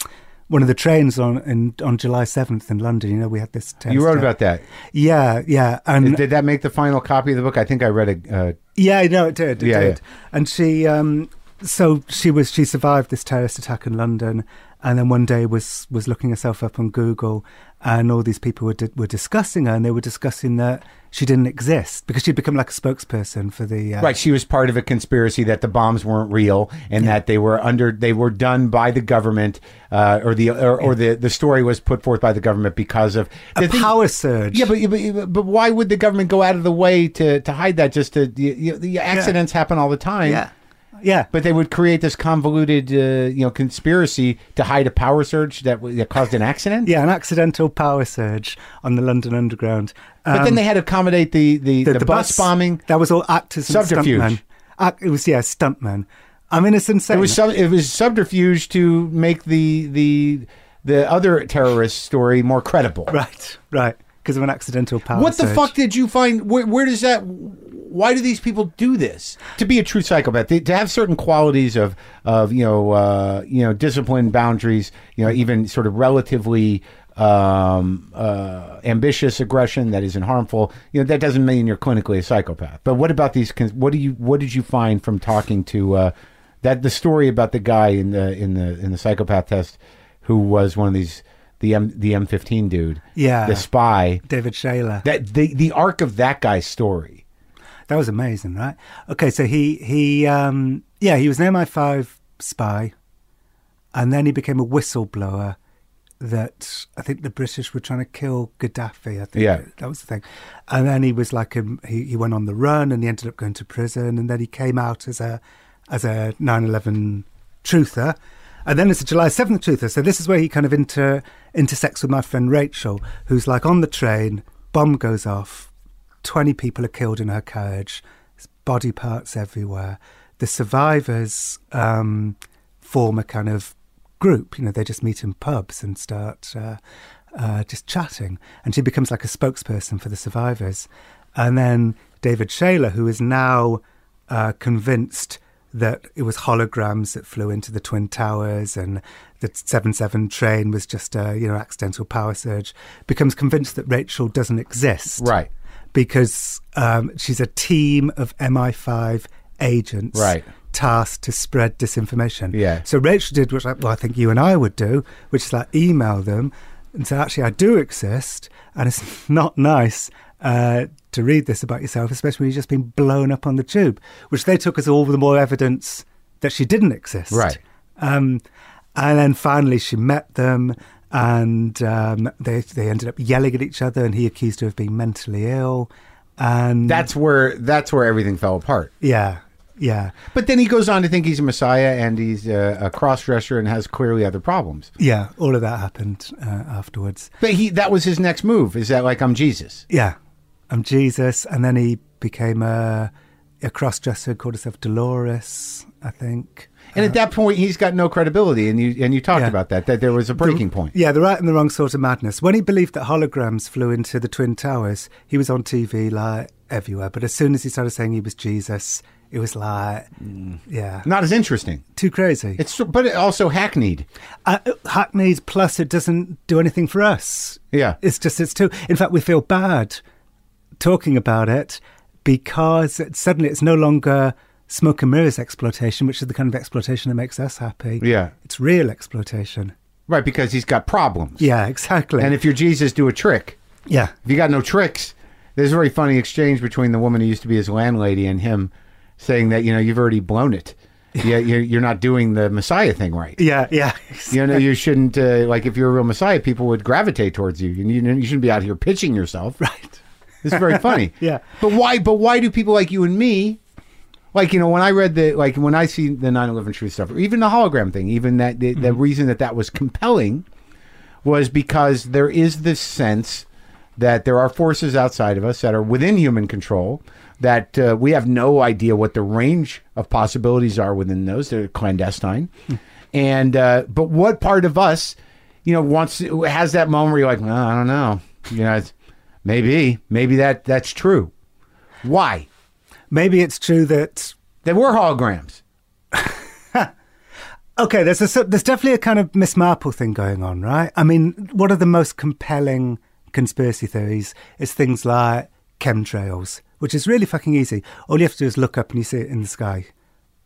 one of the trains on in, on July seventh in London. You know, we had this. Test uh, You wrote about that. Yeah, yeah, and Did that make the final copy of the book? I think I read a. Uh, yeah, no, it did. It Yeah, did. And she, um, so she was she survived this terrorist attack in London, and then one day was was looking herself up on Google, and all these people were di- were discussing her, and they were discussing that she didn't exist because she'd become like a spokesperson for the uh, Right, she was part of a conspiracy that the bombs weren't real and that they were under they were done by the government, uh, or the or, or the the story was put forth by the government because of the a thing- power surge. Yeah, but, but but why would the government go out of the way to to hide that? Just to you, you, the accidents happen all the time. yeah, yeah. But they would create this convoluted, uh, you know, conspiracy to hide a power surge that, w- that caused an accident. Yeah, an accidental power surge on the London Underground. But Um, then they had to accommodate the the, the, bus, bombing. That was all actors and Subterfuge. stuntmen. Ac- it was yeah, stuntmen. I mean, it's insane. It was sub, it was subterfuge to make the the the other terrorist story more credible. right, right, because of an accidental power. What the surge. fuck did you find? Where, where does that? Why do these people do this? To be a true psychopath, to, to have certain qualities of of you know uh, you know discipline, boundaries, you know even sort of relatively um, uh, ambitious aggression that isn't harmful. You know that doesn't mean you're clinically a psychopath. But what about these? cons- What do you? What did you find from talking to uh, that? The story about the guy in the in the in the psychopath test who was one of these the M the M fifteen dude. Yeah. the spy David Shaler. that the the arc of that guy's story. That was amazing, right? Okay, so he he um yeah, he was an MI5 spy and then he became a whistleblower that I think the British were trying to kill Gaddafi, I think. Yeah. That was the thing. And then he was like um he, he went on the run and he ended up going to prison and then he came out as a as a 9/11 truther. And then it's a July 7th truther. So this is where he kind of inter intersects with my friend Rachel, who's like on the train, bomb goes off, 20 people are killed in her carriage, There's body parts everywhere. The survivors um, form a kind of group, you know, they just meet in pubs and start uh, uh, just chatting. And she becomes like a spokesperson for the survivors. And then David Shaler, who is now uh, convinced that it was holograms that flew into the twin towers and the 7-7 train was just a you know accidental power surge becomes convinced that rachel doesn't exist Right. because um, she's a team of MI5 agents Right. tasked to spread disinformation. Yeah. So Rachel did what I, well, I think you and I would do, which is like email them and say, actually, I do exist, and it's (laughs) not nice. Uh, to read this about yourself, especially when you've just been blown up on the tube, which they took as all the more evidence that she didn't exist. Right. Um, and then finally, she met them, and um, they they ended up yelling at each other, and he accused her of being mentally ill, and That's where that's where everything fell apart. yeah, yeah, But then he goes on to think he's a messiah and he's a, a cross-dresser and has clearly other problems. yeah. All of that happened uh, afterwards. But he that was his next move. Is that like I'm Jesus? Yeah, I'm Jesus, and then he became a a crossdresser, called herself Dolores, I think. And at that point, he's got no credibility. And you and you talked Uh-huh. Yeah. about that that there was a breaking point. Yeah, the right and the wrong sort of madness. When he believed that holograms flew into the Twin Towers, he was on TV like everywhere. But as soon as he started saying he was Jesus, it was like, yeah, Not as interesting. too crazy. It's but Mm. it also hackneyed. Uh, hackneyed, plus it doesn't do anything for us. Yeah. It's just, it's too. In fact, we feel bad talking about it because it, suddenly it's no longer smoke and mirrors exploitation, which is the kind of exploitation that makes us happy. Yeah. It's real exploitation. Right, because he's got problems. Yeah, exactly. And if you're Jesus, do a trick. yeah. If you got no tricks, there's a very funny exchange between the woman who used to be his landlady and him saying that, you know, you've already blown it. Yeah, you're, you're not doing the Messiah thing right. Yeah, yeah. (laughs) You know, you shouldn't, uh, like, if you're a real Messiah, people would gravitate towards you. You, you, you shouldn't be out here pitching yourself. Right. It's very funny. (laughs) Yeah. But why, but why do people like you and me, like, you know, when I read the, like, when I see the 9 11 truth stuff, or even the hologram thing, even that, the, Mm-hmm. the reason that that was compelling was because there is this sense that there are forces outside of us that are within human control that uh, we have no idea what the range of possibilities are within those. They're clandestine, and uh, but what part of us, you know, wants has that moment where you're like, well, I don't know, you know, it's, maybe maybe that that's true. Why? (laughs) Maybe it's true that They were holograms. Okay, there's a, there's definitely a kind of Miss Marple thing going on, right? I mean, one of the most compelling conspiracy theories is things like chemtrails, which is really fucking easy. All you have to do is look up and you see it in the sky.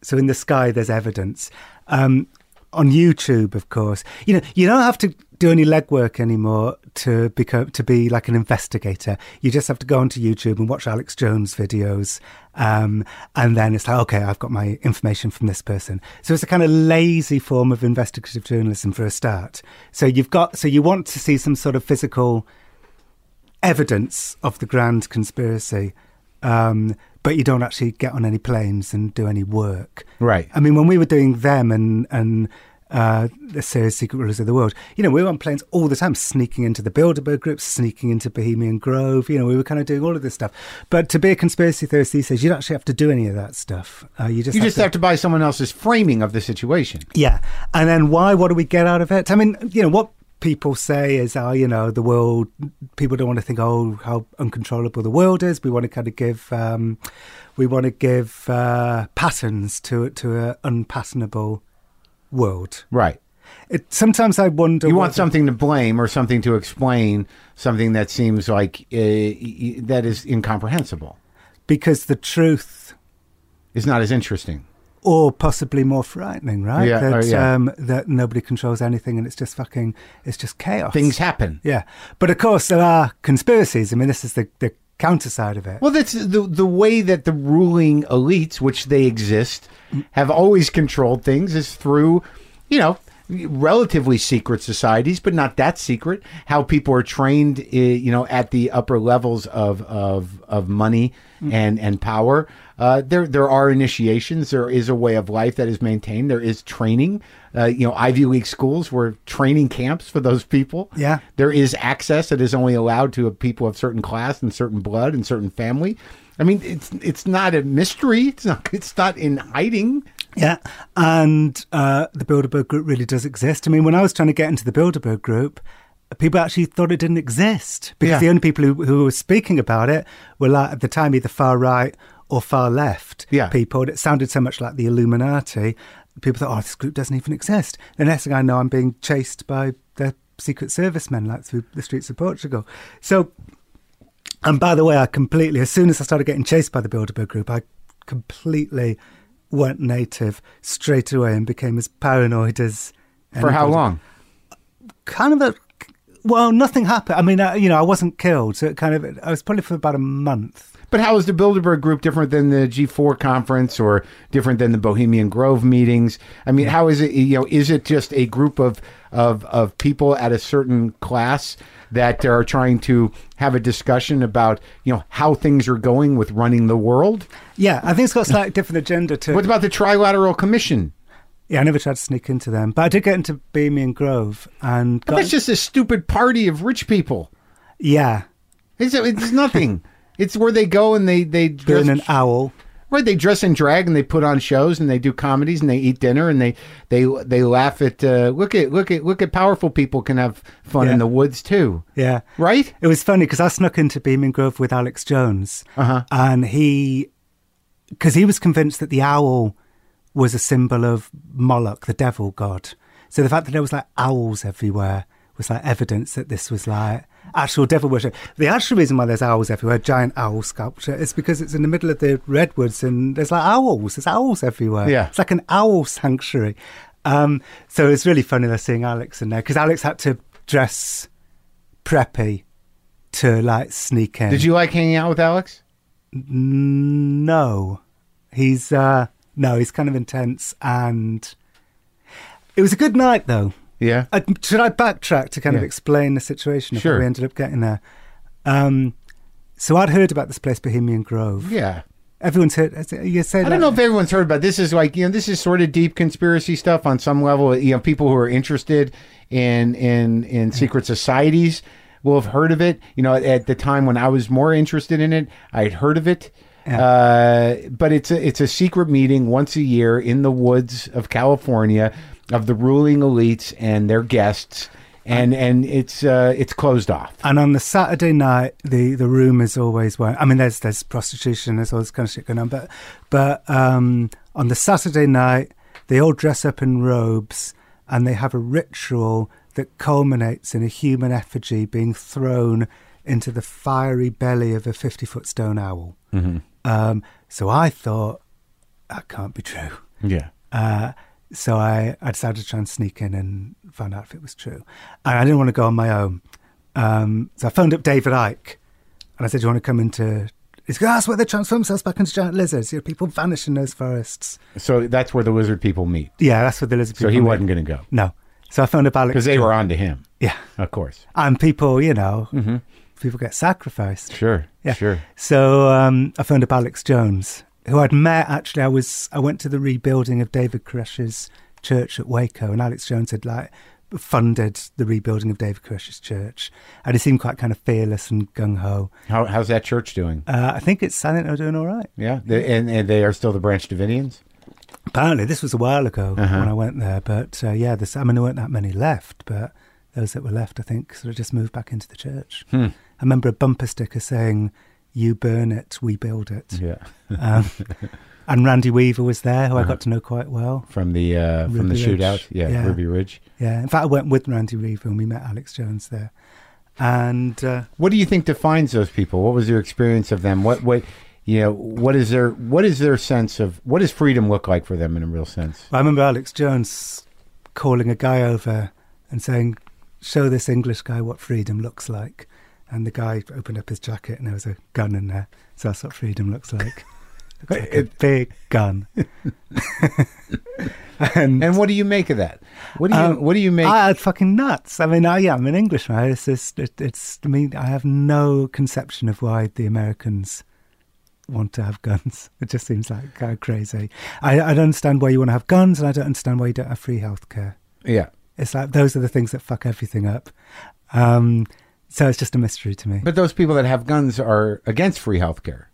So in the sky, there's evidence. Um, on YouTube, of course, you know you don't have to do any legwork anymore to become to be like an investigator. You just have to go onto YouTube and watch Alex Jones videos, um, and then it's like, okay, I've got my information from this person. So it's a kind of lazy form of investigative journalism for a start. So you've got so you want to see some sort of physical evidence of the grand conspiracy, um, but you don't actually get on any planes and do any work. Right. I mean, when we were doing them and and uh, the series Secret Rulers of the World, you know, we were on planes all the time, sneaking into the Bilderberg group, sneaking into Bohemian Grove. You know, we were kind of doing all of this stuff. But to be a conspiracy theorist these days, you don't actually have to do any of that stuff. Uh, you just You have just to, have to buy someone else's framing of the situation. yeah. And then why? What do we get out of it? I mean, you know, what people say is, oh, you know, the world, people don't want to think, oh, how uncontrollable the world is. We want to kind of give, um, we want to give uh, patterns to, to an unpatternable world. Right. It, sometimes I wonder. You want whether- something to blame or something to explain something that seems like uh, y- y- that is incomprehensible. Because the truth It's not as interesting. or possibly more frightening, right? Yeah, that, oh, yeah. um, that nobody controls anything and it's just fucking, it's just chaos. Things happen. Yeah. But of course, there are conspiracies. I mean, this is the, the counter side of it. Well, that's the the way that the ruling elites, which they exist, have always controlled things is through, you know, relatively secret societies, but not that secret. How people are trained, eh, you know, at the upper levels of of of money and and power. Uh, there there are initiations. There is a way of life that is maintained. There is training. Uh, you know, Ivy League schools were training camps for those people Yeah. there is access that is only allowed to people of certain class and certain blood and certain family. I mean, it's it's not a mystery. It's not (laughs) it's not in hiding. Yeah, and uh, the Bilderberg group really does exist. I mean, when I was trying to get into the Bilderberg group, people actually thought it didn't exist because Yeah. the only people who, who were speaking about it were like at the time either far right or far left Yeah. people. And it sounded so much like the Illuminati. People thought, oh, this group doesn't even exist. The next thing I know, I'm being chased by their secret service men like through the streets of Portugal. So and by the way, I completely, as soon as I started getting chased by the Bilderberg group, I completely went native straight away and became as paranoid as. For how anybody. long? Kind of a. Well, nothing happened. I mean, I, you know, I wasn't killed. So it kind of, I was probably for about a month. But how is the Bilderberg group different than the G4 conference or different than the Bohemian Grove meetings? I mean, how is it? You know, is it just a group of of of people at a certain class that are trying to have a discussion about you know how things are going with running the world? Yeah, I think it's got a slightly different agenda to. What about the Trilateral Commission? yeah, I never tried to sneak into them, but I did get into Beamy and Grove and got. That's just a stupid party of rich people. yeah, It's, it's (laughs) nothing. it's where they go and they they dress, doing an owl. right. They dress in drag and they put on shows and they do comedies and they eat dinner and they they they laugh at uh, look at look at look at powerful people can have fun Yeah. in the woods too. Yeah. Right? It was funny because I snuck into Beaming Grove with Alex Jones, and he, because he was convinced that the owl was a symbol of Moloch, the devil god. So the fact that there was like owls everywhere was like evidence that this was like actual devil worship. The actual reason why there's owls everywhere, giant owl sculpture, is because it's in the middle of the redwoods and there's like owls. There's owls everywhere. Yeah. It's like an owl sanctuary. Um, so it's really funny they're seeing Alex in there because Alex had to dress preppy to like sneak in. Did you like hanging out with Alex? No, he's uh, no, he's kind of intense, and it was a good night though. Yeah. Uh, should I backtrack to kind of Yeah. explain the situation of Sure. how we ended up getting there? Um, so I'd heard about this place, Bohemian Grove. yeah. Everyone's heard. has it- You say I don't know if everyone's heard about this. Is like you know, this is sort of deep conspiracy stuff on some level. You know, people who are interested in in in secret societies will have heard of it. You know, at the time when I was more interested in it, I had heard of it. Uh, but it's a, it's a secret meeting once a year in the woods of California of the ruling elites and their guests, and and it's uh, it's closed off. And on the Saturday night, the, the room is always one. I mean, there's there's prostitution, there's all this kind of shit going on. But but um, on the Saturday night, they all dress up in robes and they have a ritual that culminates in a human effigy being thrown into the fiery belly of a fifty foot stone owl. Um, so I thought that can't be true. Yeah. Uh, so I, I decided to try and sneak in and find out if it was true. And I didn't want to go on my own. Um, so I phoned up David Icke and I said, Do you want to come into. He's going, That's where they transform themselves back into giant lizards. You know, people vanish in those forests. So that's where the lizard people meet. Yeah, that's where the lizard So people he live. wasn't going to go No. So I phoned up Alex. because they were onto him, Yeah. of course. And people, you know, Mm-hmm. people get sacrificed. Sure. Yeah. Sure. So um, I phoned up Alex Jones, who I'd met actually. I was I went to the rebuilding of David Koresh's church at Waco, and Alex Jones had like funded the rebuilding of David Koresh's church, and he seemed quite kind of fearless and gung ho. How, how's that church doing? Uh, I think it's I think they're doing all right. Yeah, they, and, and they are still the Branch Davidians. Apparently, this was a while ago when I went there, but uh, yeah, there's, I mean there weren't that many left, but those that were left, I think, sort of just moved back into the church. I remember a bumper sticker saying, "You burn it, we build it." Yeah, Um, and Randy Weaver was there, who I got to know quite well. from the uh, from the Ruby Ridge. shootout. Yeah, Yeah. Ruby Ridge. Yeah, in fact, I went with Randy Weaver and we met Alex Jones there. And uh, What do you think defines those people? What was your experience of them? What what you know? What is their what is their sense of what does freedom look like for them in a real sense? I remember Alex Jones calling a guy over and saying, "Show this English guy what freedom looks like." And the guy opened up his jacket and there was a gun in there. So that's what freedom looks like. looks like a big gun. (laughs) and And what do you make of that? What do you Um, what do you make? I had fucking nuts. I mean, I am an Englishman. It's just, it, it's. I mean, I have no conception of why the Americans want to have guns. (laughs) It just seems like kind of crazy. I, I don't understand why you want to have guns, and I don't understand why you don't have free healthcare. yeah, It's like those are the things that fuck everything up. Um, so it's just a mystery to me. but those people that have guns are against free healthcare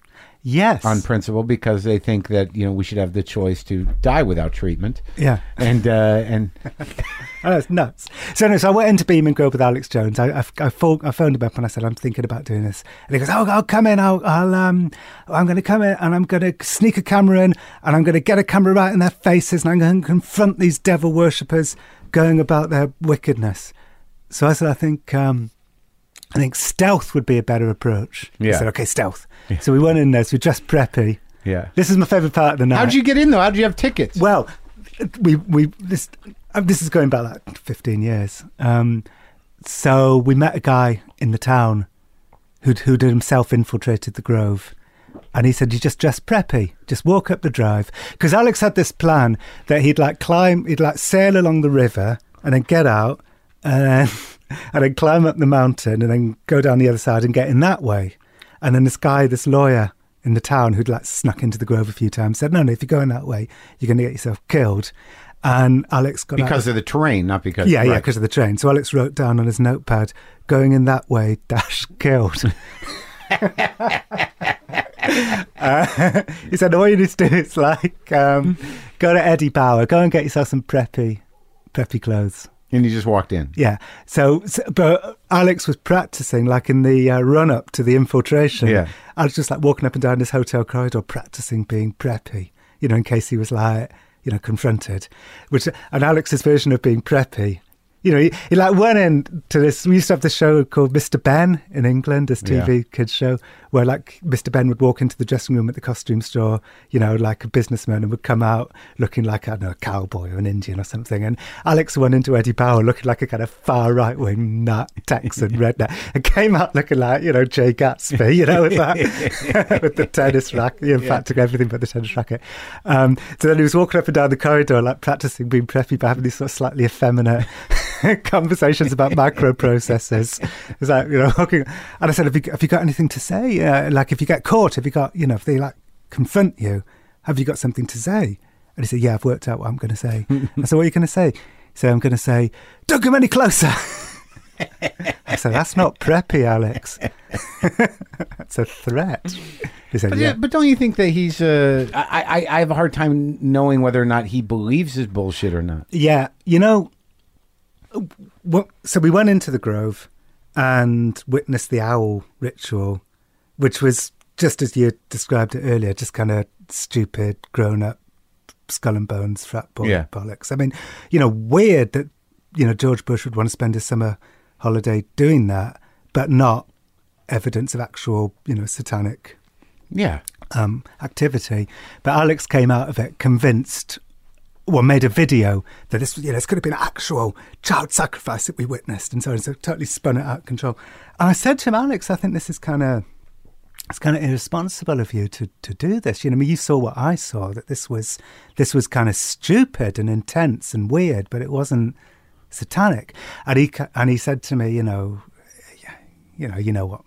yes, on principle because they think that you know we should have the choice to die without treatment. yeah. And uh, and I know, it's Oh, nuts. So, no, so I went into Beam and Grove with Alex Jones. I, I, I, phoned, I phoned him up and I said, I'm thinking about doing this. And he goes, Oh, I'll come in. I'll, I'll um, I'm going to come in and I'm going to sneak a camera in and I'm going to get a camera right in their faces and I'm going to confront these devil worshippers going about their wickedness. So I said, I think, um, I think stealth would be a better approach. He Yeah. said, Okay, stealth. So we went in there. So we dressed preppy. yeah. This is my favorite part of the night. How'd you get in though? How'd you have tickets? Well, we we this uh, this is going back like fifteen years. Um, so we met a guy in the town who who did himself infiltrated the Grove, and he said, "You just dress preppy, just walk up the drive." Because Alex had this plan that he'd like climb, he'd like sail along the river, and then get out, and then, (laughs) and then climb up the mountain, and then go down the other side and get in that way. And then this guy, this lawyer in the town who'd like snuck into the grove a few times, said, No, no, if you're going that way, you're going to get yourself killed. And Alex got out because of the terrain, not because yeah, yeah, right. because of the train. So Alex wrote down on his notepad, going in that way, (laughs) dash killed. (laughs) Uh, (laughs) he said, all you need to do is like um, go to Eddie Bauer, go and get yourself some preppy, preppy clothes. and you just walked in. Yeah. So, so- but Alex was practicing, like in the uh, run up to the infiltration. Yeah. I was just like walking up and down this hotel corridor, practicing being preppy, you know, in case he was like, you know, confronted. Which, and Alex's version of being preppy, you know, he, he like went in to this. We used to have this show called Mr. Ben in England, this TV kids show, where like Mr. Ben would walk into the dressing room at the costume store, you know, like a businessman, and would come out looking like I don't know, a cowboy or an Indian or something. And Alex went into Eddie Bauer looking like a kind of far right wing nut Texan redneck, and came out looking like you know Jay Gatsby, you know, with, that, (laughs) with the tennis racket, in fact, took everything but the tennis racket. Um, so then he was walking up and down the corridor, like practicing being preppy, but having these sort of slightly effeminate. (laughs) conversations about microprocessors. It's like, you know, and I said, have you, have you got anything to say? Uh, like, if you get caught, have you got, you know, if they like confront you, have you got something to say? And he said, yeah, I've worked out what I'm going to say. I said, what are you going to say? He said, I'm going to say, don't come any closer. I said, that's not preppy, Alex. (laughs) that's a threat. He said, But, yeah. but don't you think that he's? Uh, I, I I have a hard time knowing whether or not he believes his bullshit or not. Yeah, you know, well, so we went into the Grove and witnessed the owl ritual, which was just as you described it earlier, just kind of stupid, grown up, skull and bones, frat boy Yeah. bollocks. I mean, you know, weird that, you know, George Bush would want to spend his summer holiday doing that, but not evidence of actual, you know, satanic (laughs) Yeah. um, activity. But Alex came out of it convinced, well, made a video that this, you know, this could have been actual child sacrifice that we witnessed, and so on. So totally spun it out of control. And I said to him, Alex, I think this is kind of it's kind of irresponsible of you to, to do this. You know, I mean, you saw what I saw that this was this was kind of stupid and intense and weird, but it wasn't satanic. And he ca- and he said to me, you know, yeah, you know, you know what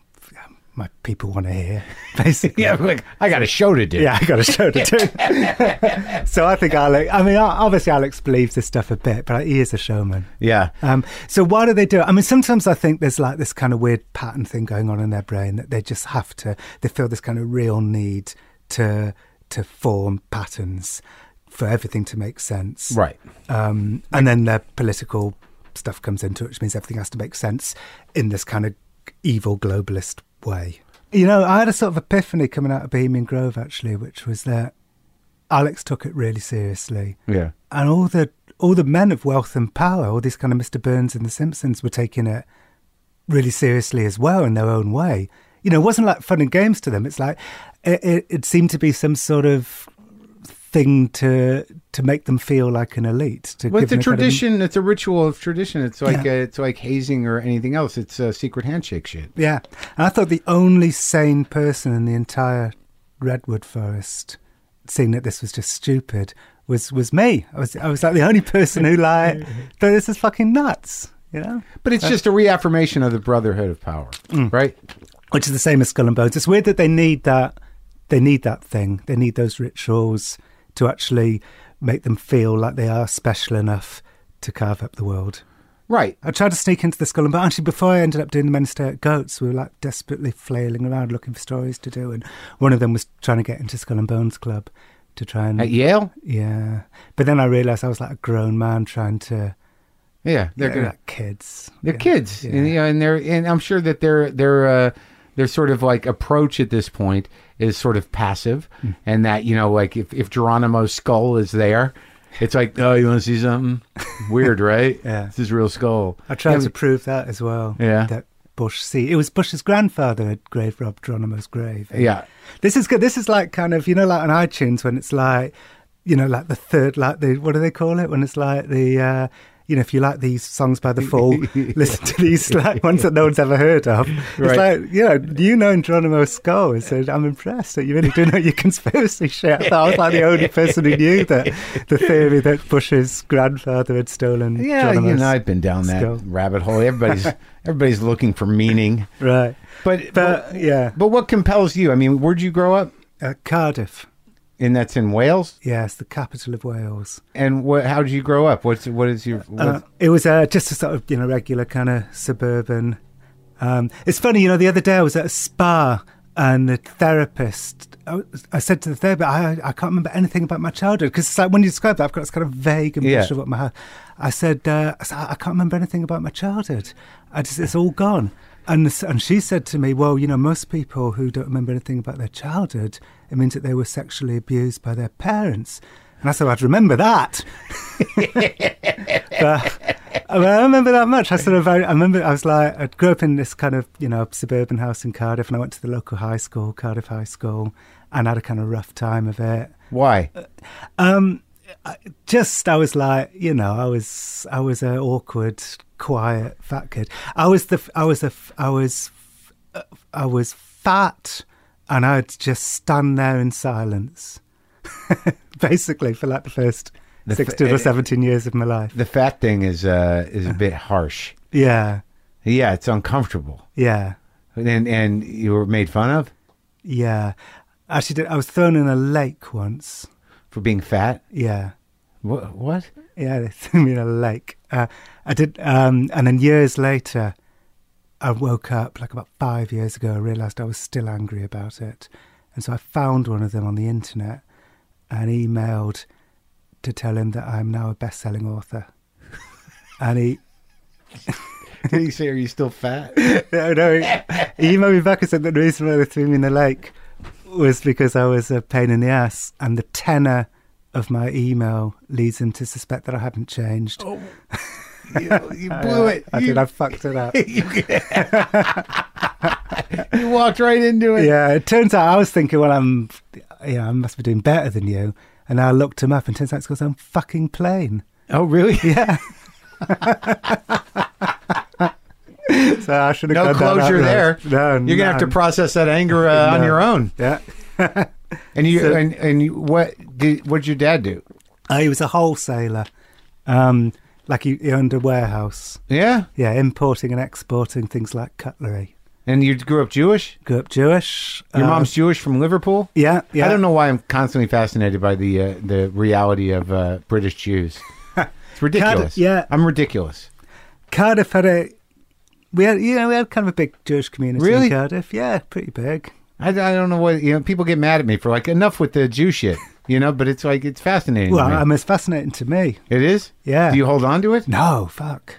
my people want to hear, (laughs) basically. Yeah. Like I got a show to do. (laughs) Yeah, I got a show to do. (laughs) so I think Alex. I mean, o- obviously Alex believes this stuff a bit, but he is a showman. Yeah. Um, so why do they do it? I mean, sometimes I think there's like this kind of weird pattern thing going on in their brain that they just have to. They feel this kind of real need to to form patterns for everything to make sense. Right. Um, and then their political stuff comes into it, which means everything has to make sense in this kind of evil globalist way. You know, I had a sort of epiphany coming out of Bohemian Grove, actually, which was that Alex took it really seriously. Yeah. And all the all the men of wealth and power, all these kind of Mr. Burns and the Simpsons were taking it really seriously as well in their own way. You know, it wasn't like fun and games to them. It's like it, it, it seemed to be some sort of thing to to make them feel like an elite. To Well, give it's a them kind of- tradition. It's a ritual of tradition. It's like Yeah. uh, it's like hazing or anything else. It's uh, secret handshake shit. yeah, and I thought the only sane person in the entire redwood forest, seeing that this was just stupid, was was me. I was I was like the only person who like thought this is fucking nuts. You know. But it's just a reaffirmation of the brotherhood of power, right? which is the same as Skull and Bones. It's weird that they need that. They need that thing. They need those rituals to actually make them feel like they are special enough to carve up the world. Right. I tried to sneak into the Skull and Bones. Actually, before I ended up doing the Men Stay at Goats, we were like desperately flailing around looking for stories to do, and one of them was trying to get into Skull and Bones Club to try and At Yale. yeah. But then I realised I was like a grown man trying to. Yeah. They're They're gonna. like kids. They're Yeah. kids, Yeah. and you know, and they're and I'm sure that their their uh, their sort of like approach at this point is sort of passive, Hmm. and that you know like if if Geronimo's skull is there, it's like oh you want to see (laughs) something weird, right? Yeah. this is real skull. I tried Yeah, to prove that as well. Yeah. That Bush see it was Bush's grandfather had grave robbed Geronimo's grave. yeah, This is good. This is like kind of you know like on iTunes when it's like you know like the third like the what do they call it when it's like the uh you know if you like these songs by the (laughs) fall listen to these like ones that no one's ever heard of. It's Right. like you know you knowing Geronimo's skull and said I'm impressed that you really do know your conspiracy shit. I thought I was like the only person who knew that the theory that Bush's grandfather had stolen. yeah. You Geronimo's- know, I've been down that skull. rabbit hole. (laughs) Everybody's everybody's looking for meaning, right. but But yeah, but what compels you? I mean, where'd you grow up? uh, Cardiff. And that's in Wales. Yes, the capital of Wales. And what? How did you grow up? What's what is your? What, Uh, it was uh, just a sort of you know regular kind of suburban. Um, it's funny, you know. The other day I was at a spa, and the therapist. I, was- I said to the therapist, I, I can't remember anything about my childhood because it's like when you describe that, I've got this kind of vague Yeah. impression of what my. hou- I said, uh, I said, I can't remember anything about my childhood. I just it's all gone. And s- and she said to me, well, you know, most people who don't remember anything about their childhood, it means that they were sexually abused by their parents. And I said, I'd remember that. (laughs) I, mean, I don't remember that much. I sort of, I, I remember, I was like, I grew up in this kind of, you know, suburban house in Cardiff, and I went to the local high school, Cardiff High School, and had a kind of rough time of it. why? Um, I- just, I was like, you know, I was, I was an awkward, quiet fat kid. I was the, f- I was a, f- I was, f- uh, I was fat, and I'd just stand there in silence, (laughs) basically for like the first. The f- 16 or 17 years of my life. The fat thing is uh is a bit harsh. Yeah. Yeah, it's uncomfortable. Yeah. And and you were made fun of Yeah. Actually, did- I was thrown in a lake once. for being fat. Yeah. What? (laughs) What? Yeah, they (laughs) threw me in a lake. Uh, I did, um, and then years later, I woke up like about five years ago. I realised I was still angry about it, and so I found one of them on the internet and emailed to tell him that I'm now a best-selling author. and he Did he say, "Are you still fat"? no, no. (laughs) He emailed me back and said that the reason why they threw me in the lake was because I was a pain in the ass, and the tenor of my email leads him to suspect that I haven't changed. (laughs) Oh, you, you blew it. I Oh, you, (laughs) did. I fucked it up. you walked right into it. yeah, it turns out I was thinking, well, I'm, yeah, I must be doing better than you. And I looked him up, and turns out it's because I'm fucking plain. Oh, (laughs) really? Yeah. so I should have No gone down that closure road. there. No, You're gonna have to none. process that anger uh, on No. your own. Yeah. And you So- and and you, what did what did your dad do? Uh, he was a wholesaler, um, like he, he owned a warehouse. Yeah. Yeah, importing and exporting things like cutlery. And you grew up Jewish. Grew up Jewish. Your uh, mom's Jewish from Liverpool. Yeah, yeah. I don't know why I'm constantly fascinated by the uh, the reality of uh, British (laughs) Jews. It's ridiculous. yeah. I'm ridiculous. Cardiff had a. We had, you know, we had kind of a big Jewish community Really? in Cardiff. Yeah, pretty big. I, I don't know what you know. People get mad at me for like enough with the Jew shit, you know. But it's like it's fascinating. to Well, me. I'm as fascinating to me. It is. Yeah. Do you hold on to it? No, fuck.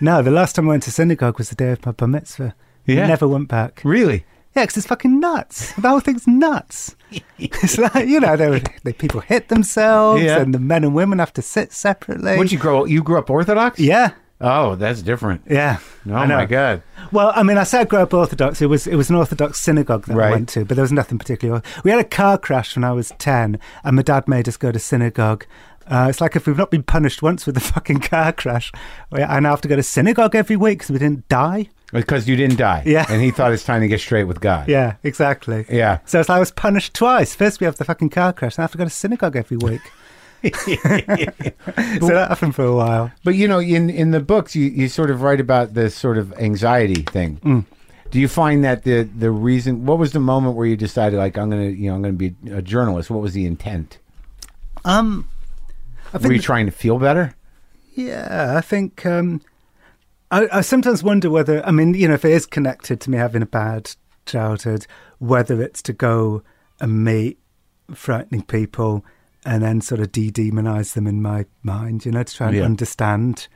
No, the last time I went to synagogue was the day of my bar mitzvah. Yeah. Never went back. Really? Yeah, 'cause it's fucking nuts. The whole (laughs) thing's nuts. it's like you know, they, were, they people hit themselves, Yeah. and the men and women have to sit separately. What you grow? You grew up Orthodox? Yeah, Oh, that's different. yeah. Oh I know. my god. Well, I mean, I said I grew up Orthodox. It was it was an Orthodox synagogue that Right. I went to, but there was nothing particularly. We had a car crash when I was ten, and my dad made us go to synagogue. Uh, it's like if we've not been punished once with the (laughs) fucking car crash, we- I now have to go to synagogue every week because we didn't die. Because you didn't die. Yeah. And he thought it's time to get straight with God. Yeah, exactly. Yeah. So it's like I was punished twice. First, we have the fucking car crash, and I have to go to synagogue every (laughs) week. (laughs) so that happened for a while. But you know, in in the books, you, you sort of write about this sort of anxiety thing. Do you find that the the reason? What was the moment where you decided, like, I'm gonna, you know, I'm gonna be a journalist? What was the intent? Um, I Were you trying to feel better? Yeah, I think um, I, I sometimes wonder whether I mean, you know, if it is connected to me having a bad childhood, whether it's to go and meet frightening people and then sort of de-demonize them in my mind, you know, to try and Yeah. understand.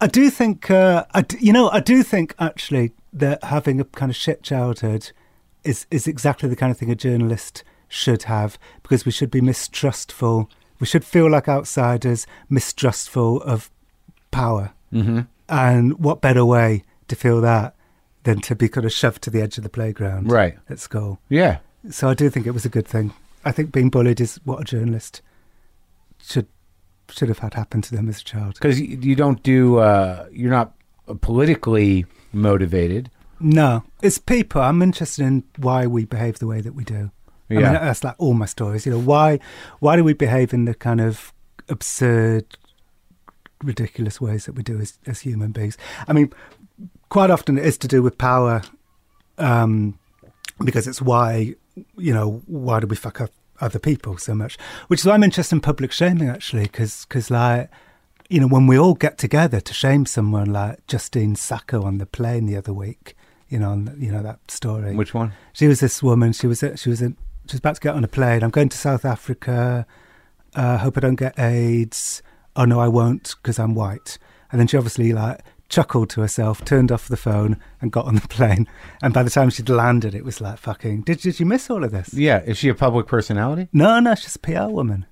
I do think, uh, I d- you know, I do think actually that having a kind of shit childhood is is exactly the kind of thing a journalist should have because we should be mistrustful. We should feel like outsiders, mistrustful of power. Mm-hmm. And what better way to feel that than to be kind of shoved to the edge of the playground Right. at school? Yeah. So I do think it was a good thing. I think being bullied is what a journalist should should have had happen to them as a child. Because you, you don't do. Uh, you're not politically motivated. No, it's people. I'm interested in why we behave the way that we do. I Yeah. mean, that's like all my stories. You know, why why do we behave in the kind of absurd, ridiculous ways that we do as as human beings? I mean, quite often it is to do with power, um, because it's why you know why do we fuck up other people so much? Which is why I'm interested in public shaming actually, because like. You know, when we all get together to shame someone like Justine Sacco on the plane the other week, you know, on, you know that story. Which one? She was this woman. She was a, she was a, she was about to get on a plane. I'm going to South Africa. Uh, hope I don't get AIDS. Oh no, I won't because I'm white. And then she obviously like chuckled to herself, turned off the phone, and got on the (laughs) plane. And by the time she'd landed, it was like fucking. Did did you miss all of this? Yeah. Is she a public personality? No, no, she's a PR woman.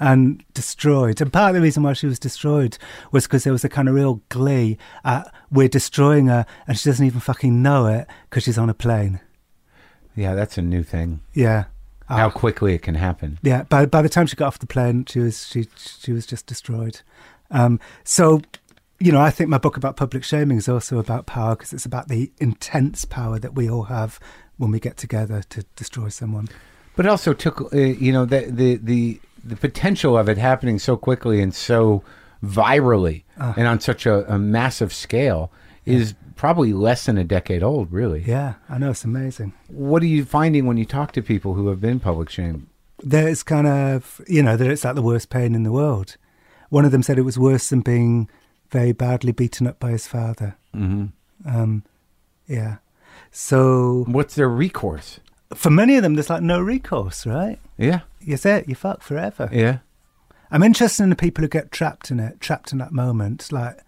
And destroyed. And part of the reason why she was destroyed was because there was a kind of real glee at we're destroying her and she doesn't even fucking know it because she's on a plane. Yeah, that's a new thing. Yeah. How quickly it can happen. Yeah, by by the time she got off the plane, she was she she was just destroyed. Um, so, you know, I think my book about public shaming is also about power because it's about the intense power that we all have when we get together to destroy someone. But it also took, uh, you know, the, the the the potential of it happening so quickly and so virally and on such a, a massive scale is probably less than a decade old, really. Yeah, I know it's amazing. What are you finding when you talk to people who have been public shamed? There's kind of you know that it's like the worst pain in the world. One of them said it was worse than being very badly beaten up by his father. Mm-hmm. Um, yeah. So What's their recourse? for many of them, there's like no recourse, right? Yeah, You're it. You're fucked forever. yeah. I'm interested in the people who get trapped in it, trapped in that moment. Like,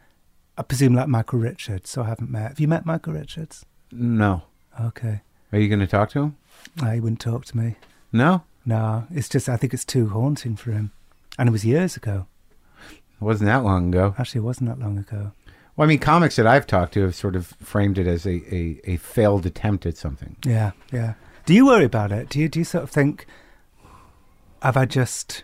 I presume like Michael Richards. So I haven't met. Have you met Michael Richards? No. Okay. Are you going to talk to him? No, he wouldn't talk to me. No, No, it's just I think it's too haunting for him. And it was years ago. it wasn't that long ago. Actually, it wasn't that long ago. Well, I mean, comics that I've talked to have sort of framed it as a, a, a failed attempt at something. Yeah, yeah. Do you worry about it? Do you do you sort of think have I just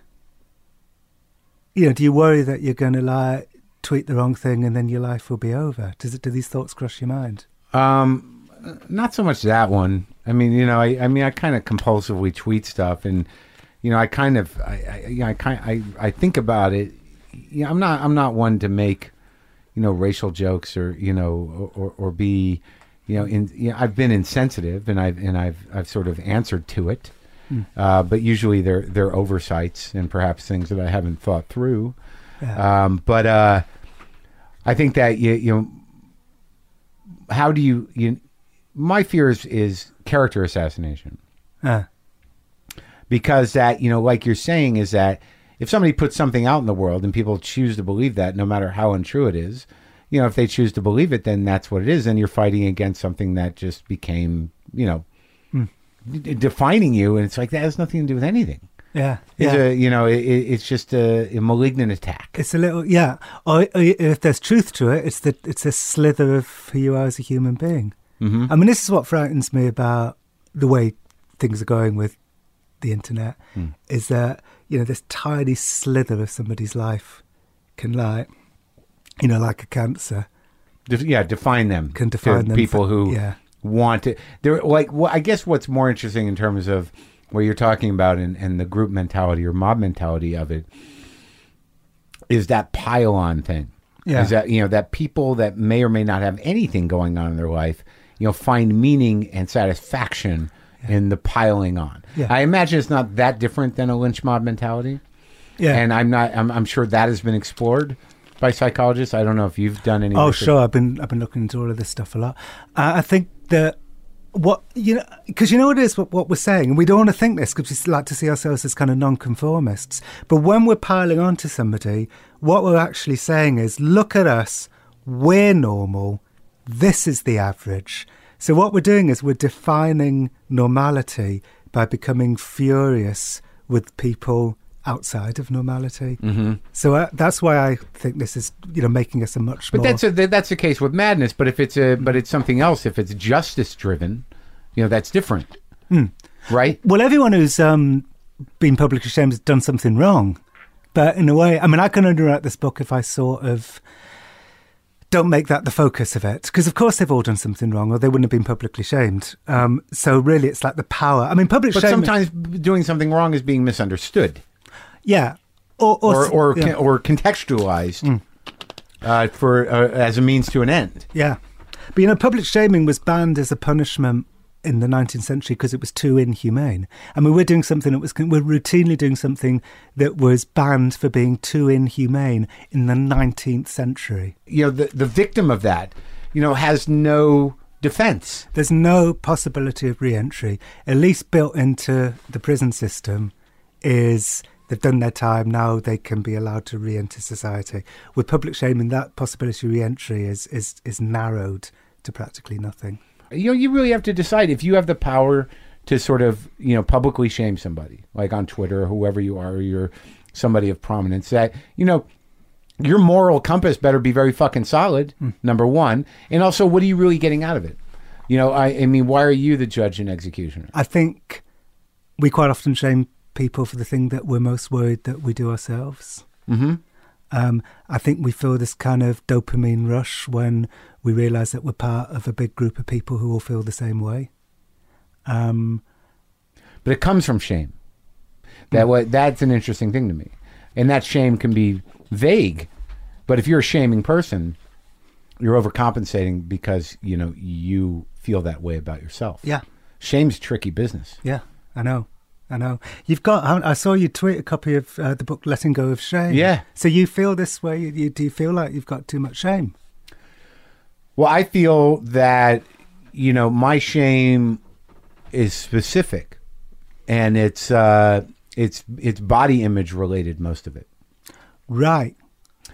you know, do you worry that you're gonna like tweet the wrong thing and then your life will be over? Does it do these thoughts cross your mind? Um, not so much that one. I mean, you know, I, I mean, I kind of compulsively tweet stuff, and you know, I kind of, I, I, you know, I kind, I, I think about it. You know, I'm not, I'm not one to make, you know, racial jokes or you know, or, or, or be, you know, in, you know, I've been insensitive, and I've, and I've, I've sort of answered to it. Uh, but usually they're they're oversights and perhaps things that I haven't thought through. Um, but uh, I think that you you know how do you you my fear is is character assassination Uh, because that you know like you're saying is that if somebody puts something out in the world and people choose to believe that no matter how untrue it is you know if they choose to believe it then that's what it is and you're fighting against something that just became you know d- defining you and it's like that has nothing to do with anything yeah. it's yeah. a you know it, it's just a, a malignant attack It's a little, yeah. Or, or if there's truth to it, it's the it's a slither of who you are as a human being. Mm-hmm. I mean, this is what frightens me about the way things are going with the internet is that you know this tiny slither of somebody's life can like you know like a cancer Def- yeah, define them. Can define to them People for- who yeah. want it. They're like, well, I guess what's more interesting in terms of what you're talking about and, and the group mentality or mob mentality of it is that pile on thing. Yeah. Is that, you know, that people that may or may not have anything going on in their life, you know, find meaning and satisfaction in the piling on. Yeah. I imagine it's not that different than a lynch mob mentality. yeah And I'm not, I'm, I'm sure that has been explored by psychologists. I don't know if you've done any. Oh, research. sure. I've been I've been looking into all of this stuff a lot. Uh, I think that what you know because you know what it is what, what we're saying, and we don't want to think this because we like to see ourselves as kind of nonconformists. But when we're piling on to somebody, what we're actually saying is, look at us. We're normal. This is the average. So what we're doing is we're defining normality by becoming furious with people outside of normality. Mm-hmm. So uh, that's why I think this is, you know, making us a much But more that's a, th- that's the case with madness. But if it's a but it's something else. If it's justice driven, you know that's different, right? Well, everyone who's um, been publicly ashamed has done something wrong. But in a way, I mean, I can underwrite this book if I sort of don't make that the focus of it. Because, of course, they've all done something wrong or they wouldn't have been publicly shamed. Um, so, really, it's like the power. I mean, public But shame. sometimes doing something wrong is being misunderstood Yeah. Or, or, or or yeah. con- or contextualized uh, for uh, as a means to an end. Yeah. But you know, public shaming was banned as a punishment in the 19th century because it was too inhumane. I mean, we're doing something that was, we're routinely doing something that was banned for being too inhumane in the 19th century. You know the the victim of that, you know, has no defense. There's no possibility of re entry. At least built into the prison system is they've done their time, now they can be allowed to re enter society. With public shaming, that possibility of re entry is, is, is narrowed to practically nothing. you know you really have to decide if you have the power to sort of you know publicly shame somebody like on twitter or whoever you are or you're somebody of prominence that you know your moral compass better be very fucking solid number one and also what are you really getting out of it you know i, I mean why are you the judge and executioner I think we quite often shame people for the thing that we're most worried that we do ourselves. Mm-hmm. Um, I think we feel this kind of dopamine rush when we realise that we're part of a big group of people who all feel the same way. Um, but it comes from shame that what that's an interesting thing to me and that shame can be vague but if you're a shaming person you're overcompensating because you know you feel that way about yourself yeah, Shame's tricky business. yeah, I know. I know. You've got. I I saw you tweet a copy of uh, the book "Letting Go of Shame." Yeah. So you feel this way? You, you, do you feel like you've got too much shame? Well, I feel that, you know, my shame is specific and it's uh it's it's body image related most of it. Right.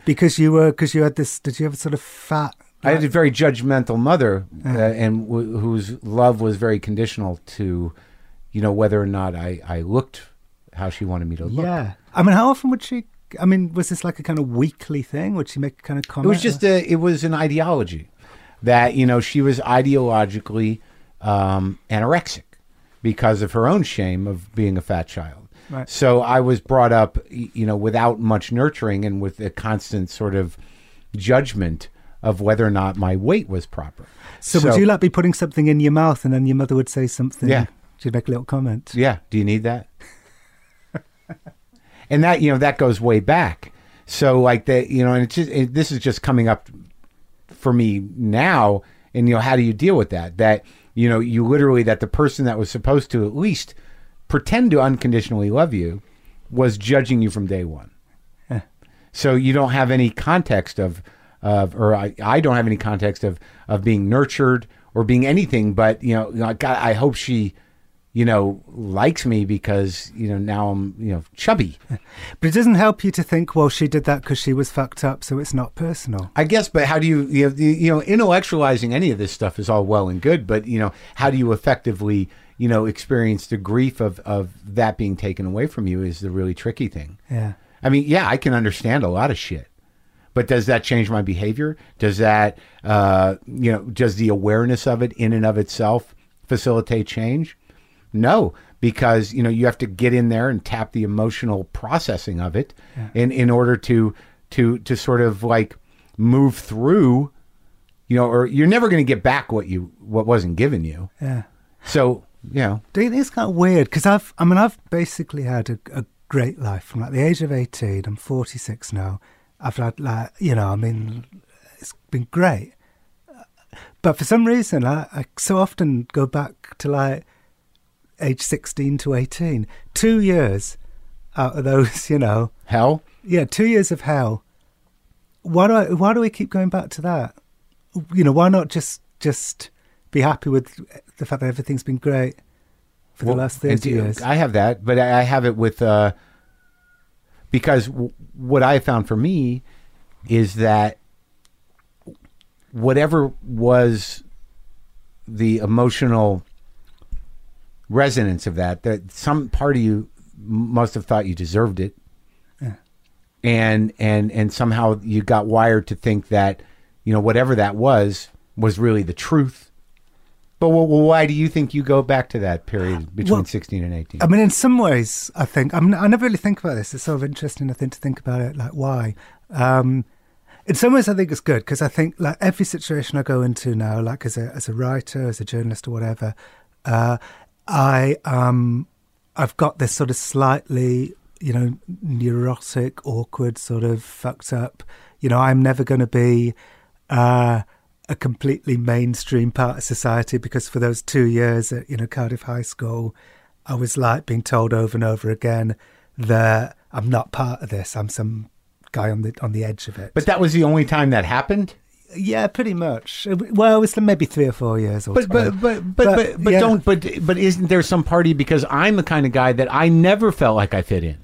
Because you were. Because you had this. Did you have a sort of fat? I had a very judgmental mother uh, and w- whose love was very conditional to you know whether or not I I looked how she wanted me to look. Yeah. I mean, how often would she? I mean, was this like a kind of weekly thing? Would she make a kind of It comment? was just a, it was an ideology that you know she was ideologically um, anorexic because of her own shame of being a fat child. Right. So I was brought up, y- you know, without much nurturing and with a constant sort of judgment of whether or not my weight was proper. So, would you like be putting something in your mouth and then your mother would say something? Yeah. She'd make a little comment. Yeah. Do you need that? (laughs) and that you know that goes way back. So like that you know, and it's just it, this is just coming up for me now. And you know, how do you deal with that? That you know, you literally that the person that was supposed to at least pretend to unconditionally love you was judging you from day one. So you don't have any context of, of or I, I don't have any context of of being nurtured or being anything. But you know, you know, God, I hope she, you know, likes me because you know now I'm you know chubby. But it doesn't help you to think, well, she did that because she was fucked up, so it's not personal. I guess, but how do you you know, you- you know intellectualizing any of this stuff is all well and good, but you know how do you effectively you know experience the grief of of that being taken away from you is the really tricky thing. Yeah. I mean, yeah, I can understand a lot of shit, but does that change my behavior? Does that, uh, you know, does the awareness of it in and of itself facilitate change? No, because you know you have to get in there and tap the emotional processing of it, in in order to to to sort of like move through, you know, or you're never going to get back what you what wasn't given you. Yeah. So you know, Do you think it's kind of weird? Because I've, I mean, I've basically had a, a great life from like the age of 18. I'm 46 now. I've had like, you know, I mean, it's been great. But for some reason, I, I so often go back to like age 16 to 18. Two years out of those, (laughs) you know, hell, Yeah, two years of hell. Why do I, why do we keep going back to that? You know, why not just just be happy with the fact that everything's been great for the Well, last and thirty do- years? I have that, but I I have it with uh, because w- what I found for me is that whatever was the emotional resonance of that, that some part of you m- must have thought you deserved it, and and and somehow you got wired to think that you know whatever that was was really the truth. But well, why do you think you go back to that (sighs) period between Well, 16 and 18? I mean, in some ways, I think I mean I never really think about this. It's sort of interesting, I think, to think about it like why. Um, in some ways, I think it's good because I think like every situation I go into now, like as a as a writer, as a journalist, or whatever, uh, I um I've got this sort of slightly you know neurotic, awkward, sort of fucked up. You know, I'm never going to be. Uh, a completely mainstream part of society because for those two years at you know Cardiff High School, I was like being told over and over again that I'm not part of this. I'm some guy on the on the edge of it. But that was the only time that happened. yeah, pretty much. Well, it's maybe three or four years. But but but Uh, but but, but yeah. don't but but isn't there some party because I'm the kind of guy that I never felt like I fit in.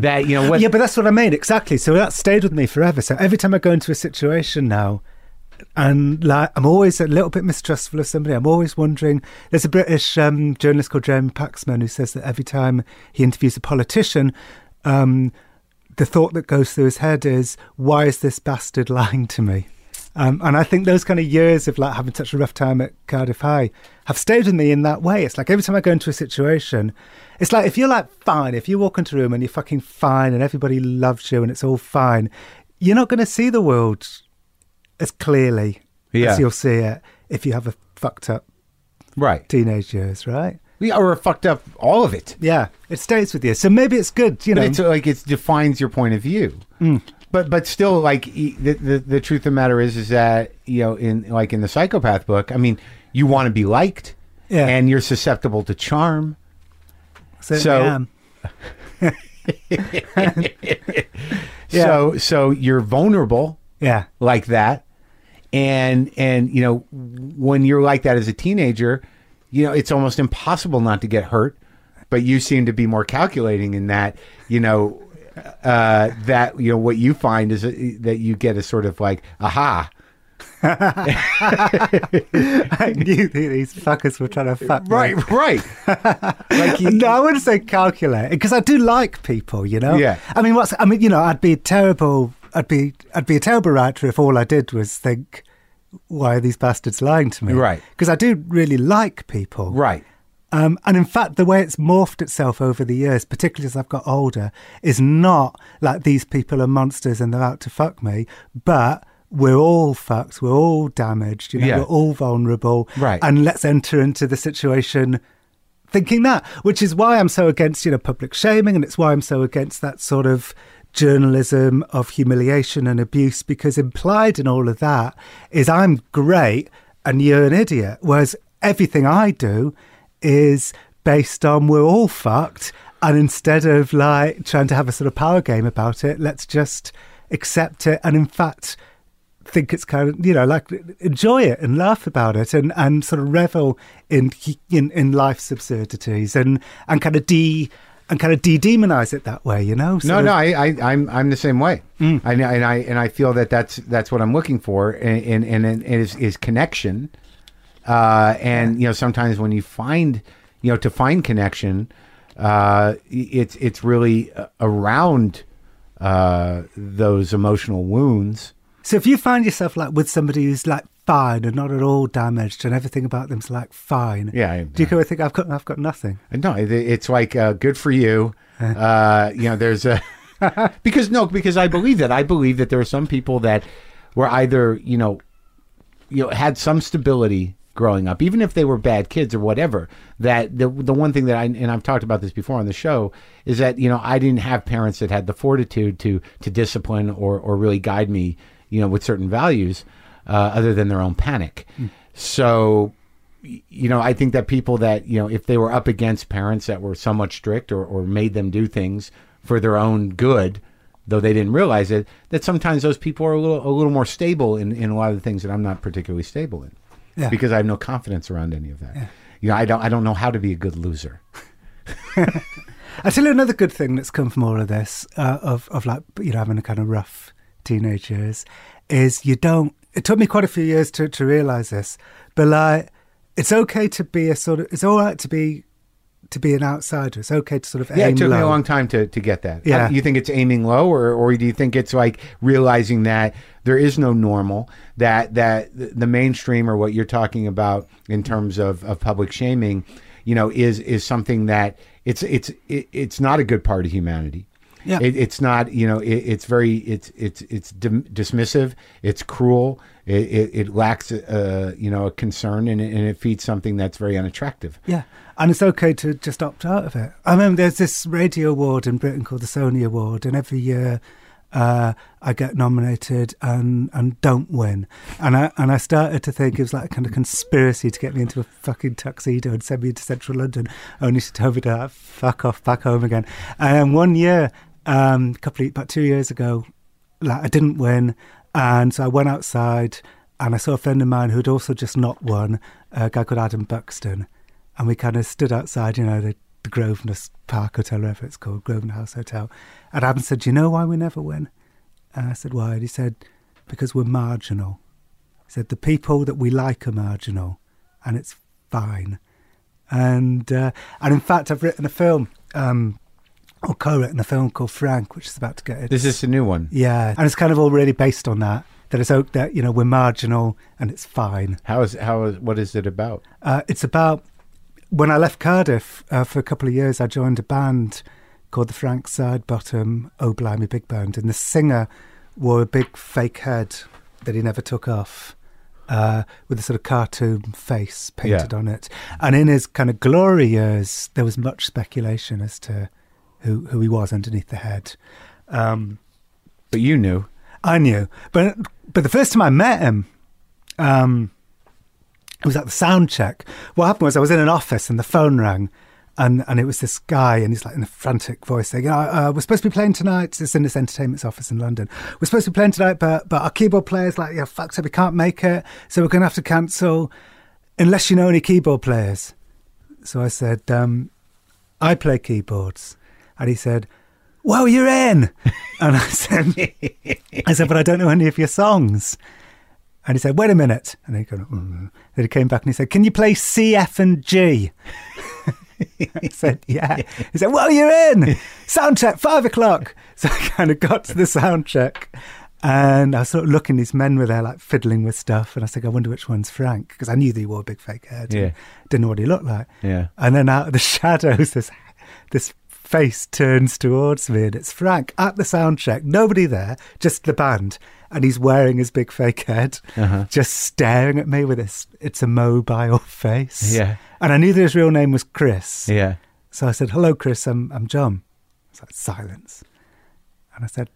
That you know what yeah, but that's what I mean exactly. So that stayed with me forever. So every time I go into a situation now, and like I'm always a little bit mistrustful of somebody. I'm always wondering. There's a British um, journalist called Jeremy Paxman who says that every time he interviews a politician, um, the thought that goes through his head is, "Why is this bastard (laughs) lying to me?" Um, and I think those kind of years of like having such a rough time at Cardiff High have stayed with me in that way. It's like every time I go into a situation, it's like if you're like fine, if you walk into a room and you're fucking fine and everybody loves you and it's all fine, you're not going to see the world as clearly Yeah. as you'll see it if you have a fucked up right teenage years, right? we are fucked up all of it. Yeah, it stays with you. So maybe it's good, you But know. it's uh, like it defines your point of view. Mm. But but still like e- the, the the truth of the matter is is that you know in like in the psychopath book I mean you want to be liked Yeah. and you're susceptible to charm Certainly So- am. Yeah. So so you're vulnerable Yeah. like that, and and you know when you're like that as a teenager, you know it's almost impossible not to get hurt. But you seem to be more calculating in that you know uh, that you know what you find is uh, that you get a sort of like aha. (laughs) I knew that these fuckers were trying to fuck me. right. like you, (laughs) no, I wouldn't say calculate because I do like people, you know. Yeah. I mean, what's I mean, you know, I'd be terrible. I'd be I'd be a terrible writer if all I did was think, why are these bastards lying to me? Right. Because I do really like people. (laughs) right. Um, and in fact, the way it's morphed itself over the years, particularly as I've got older, is not like these people are monsters and they're out to fuck me, but we're all fucked. We're all damaged. You know, Yeah. we're all vulnerable. Right. And let's enter into the situation thinking that, which is why I'm so against, you know, public shaming. And it's why I'm so against that sort of journalism of humiliation and abuse, because implied in all of that is I'm great and you're an idiot. Whereas everything I do is based on we're all fucked. And instead of like trying to have a sort of power game about it, let's just accept it. And in fact, think it's kind of you know like enjoy it and laugh about it and and sort of revel in in, in life's absurdities and and kind of de and kind of de-demonize it that way you know No, Sort no, of- I, I, I'm, I'm the same way. I, know- and I, and I feel that that's, that's what I'm looking for, and, and, and, and is, is connection. Uh, and you know, sometimes when you find, you know, to find connection, uh, it's, it's really uh, around uh, those emotional wounds. so if you find yourself like with somebody who's like fine and not at all damaged and everything about them's like fine Yeah, I- do you kind of think i've got i've got nothing No, it- it's like uh, good for you. Uh, you know, there's a (laughs) because no, because I believe that I believe that there are some people that were either you know, you know, had some stability growing up, even if they were bad kids or whatever. That the the one thing that I and I've talked about this before on the show is that you know I didn't have parents that had the fortitude to to discipline or or really guide me, you know, with certain values uh, other than their own panic. So you know, I think that people that, you know, if they were up against parents that were somewhat strict or, or made them do things for their own good, though they didn't realize it, that sometimes those people are a little a little more stable in, in a lot of the things that I'm not particularly stable in. Yeah. Because I have no confidence around any of that. You know, I don't I don't know how to be a good loser. i tell you another good thing that's come from all of this uh, of of like you know having a kind of rough teenage years is you don't it took me quite a few years to to realize this but like it's okay to be a sort of it's all right to be to be an outsider it's okay to sort of Yeah, aim it took me a low. long time to, to get that. Yeah. Uh, You think it's aiming low or, or do you think it's like realizing that there is no normal, that that th- the mainstream or what you're talking about in terms of, of public shaming, you know, is is something that it's it's it, it's not a good part of humanity. Yeah. It, it's not, you know, it, it's very, it's it's it's dim- dismissive. It's cruel. It, it, it lacks, uh, you know, a concern, and, it- and it feeds something that's very unattractive. Yeah, and it's okay to just opt out of it. I mean, there's this radio award in Britain called the Sony Award, and every year uh, I get nominated and, and don't win. And I and I started to think it was like a kind of conspiracy to get me into a fucking tuxedo and send me into central London, only to tell me to uh, fuck off back home again. And then one year, um, a couple of, about two years ago, like I didn't win, and so I went outside and I saw a friend of mine who'd also just not won, a guy called Adam Buxton, and we kind of stood outside, you know, the, the Grosvenor Park Hotel, whatever it's called, Grosvenor House Hotel, and Adam said, "Do "You know why we never win?" And I said, "Why?" And he said, "Because we're marginal." He said, "The people that we like are marginal, and it's fine." And uh, and in fact, I've written a film. Um, or co-written a film called Frank, which is about to get This is a new one. yeah, and it's kind of all really based on that. That it's out that you know we're marginal and it's fine. How is how is what is it about? Uh, it's about when I left Cardiff uh, for a couple of years, I joined a band called the Frank Sidebottom Oh Blimey Big Band, and the singer wore a big fake head that he never took off. Uh, with a sort of cartoon face painted Yeah. on it, and in his kind of glory years, there was much speculation as to who who he was underneath the head. Um, But you knew. I knew, but but the first time I met him, um, it was at the sound check. What happened was I was in an office and the phone rang, and and it was this guy, and he's like in a frantic voice saying, uh, uh, "We're supposed to be playing tonight. It's in this entertainment's office in London. We're supposed to be playing tonight, but but our keyboard player's like, yeah, fucked up. We can't make it, so we're going to have to cancel, unless you know any keyboard players." So I said, um, "I play keyboards," and he said. Well, you're in, (laughs) and I said, "I said, but I don't know any of your songs." And he said, "Wait a minute," and he kind of, mm. then he came back and he said, "Can you play C, F, and G?" (laughs) I said, yeah. He said, well, you're in. Sound check, five o'clock. So I kind of got to the sound check and I was sort of looking, these men were there like fiddling with stuff. And I was like, I wonder which one's Frank because I knew that he wore a big fake hair. Yeah. Didn't know what he looked like. Yeah. And then out of the (laughs) shadows, this, this face turns towards me and it's Frank at the sound check. Nobody there, just the band. And he's wearing his big fake head, Uh-huh. just staring at me with this, it's a mobile face. Yeah. And I knew that his real name was Chris. Yeah. So I said, Hello, Chris, I'm, I'm John. It's like silence. And I said,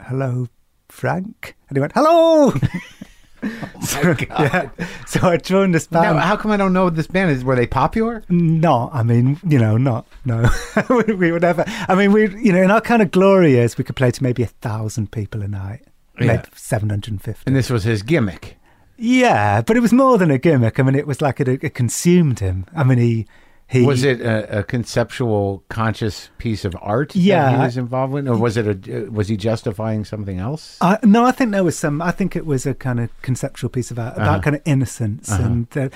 Hello, Frank. And he went, (laughs) Hello. Oh (laughs) so, yeah. so I joined this band. Now, how come I don't know what this band is? Were they popular? Not, I mean, you know, not, no. (laughs) we, we would never, I mean, we, you know, in our kind of glory years, we could play to maybe a thousand people a night, Yeah. maybe 750. And this was his gimmick. yeah, but it was more than a gimmick. I mean, it was like it, it consumed him. I mean, he, he Was it a, a conceptual, conscious piece of art that Yeah. he was involved in, or was it a? uh, Was he justifying something else? I, no, I think there was some. I think it was a kind of conceptual piece about Uh-huh. about kind of innocence, and uh,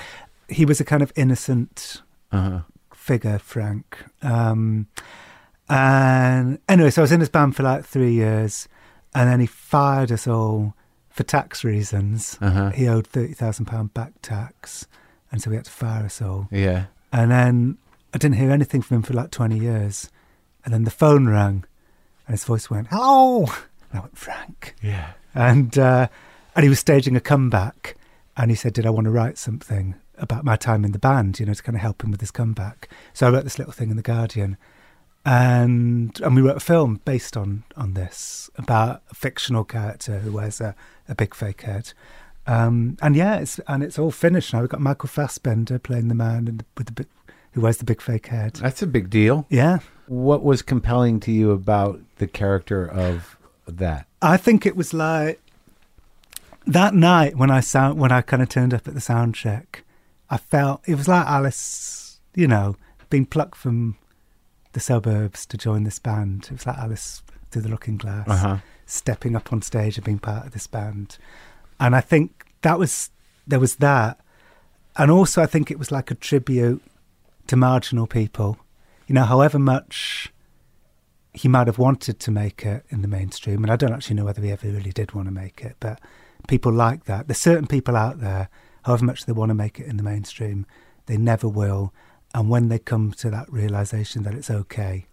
he was a kind of innocent Uh-huh. figure, Frank. Um, and anyway, so I was in this band for like three years, and then he fired us all for tax reasons. Uh-huh. He owed thirty thousand pound back tax, and so we had to fire us all. Yeah. And then I didn't hear anything from him for like 20 years. And then the phone rang and his voice went, Hello. And I went, Frank. Yeah. And, uh, and he was staging a comeback. And he said, Did I want to write something about my time in the band, you know, to kind of help him with his comeback? So I wrote this little thing in The Guardian. And and we wrote a film based on, on this about a fictional character who wears a, a big fake head. Um, and yeah, it's and it's all finished now. We've got Michael Fassbender playing the man and with the big, who wears the big fake head. That's a big deal. Yeah, What was compelling to you about the character of that? I think it was like that night when I sound when I kind of turned up at the sound check. I felt it was like Alice, you know, being plucked from the suburbs to join this band. It was like Alice through the Looking Glass, Uh-huh. stepping up on stage and being part of this band. And I think that was there was that, and also I think it was like a tribute to marginal people. You know, however much he might have wanted to make it in the mainstream, and I don't actually know whether he ever really did want to make it, but people like that. There's certain people out there, however much they want to make it in the mainstream, they never will. And when they come to that realization that it's okay.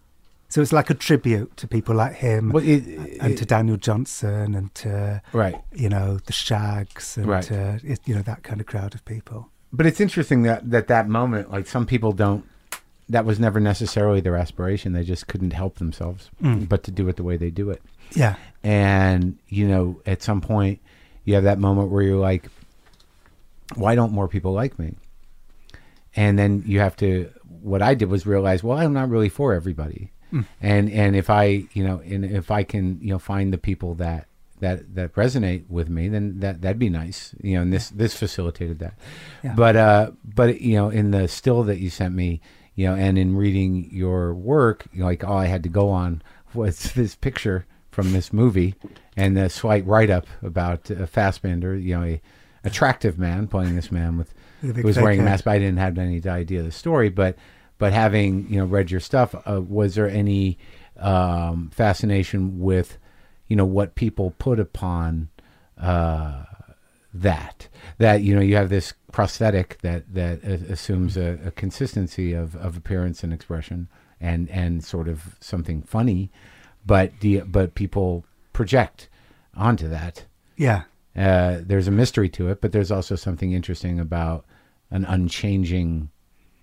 So it's like a tribute to people like him Well, it- and to Daniel Johnson and to, Right. you know, the Shags and, Right. to, it- you know, that kind of crowd of people. But it's interesting that that that moment, like some people don't. That was never necessarily their aspiration. They just couldn't help themselves, but to do it the way they do it. Yeah. And, you know, at some point, you have that moment where you're like, why don't more people like me? And then you have to, what I did was realize, well, I'm not really for everybody. Hmm. And, and if I, you know, and if I can, you know, find the people that, that, that resonate with me, then that, that'd be nice. You know, and this, this facilitated that. Yeah. But, uh, but, you know, in the still that you sent me, you know, and in reading your work, you know, like all I had to go on was (laughs) this picture from this movie and the slight write up about uh, Fassbender, you know, a attractive man playing this man with With a big who was fake wearing a head. mask. But I didn't have any idea of the story, but but having you know read your stuff, uh, was there any um, fascination with you know what people put upon uh, that that you know you have this prosthetic that that a- assumes a, a consistency of, of appearance and expression and and sort of something funny but the but people project onto that Yeah. uh, there's a mystery to it but there's also something interesting about an unchanging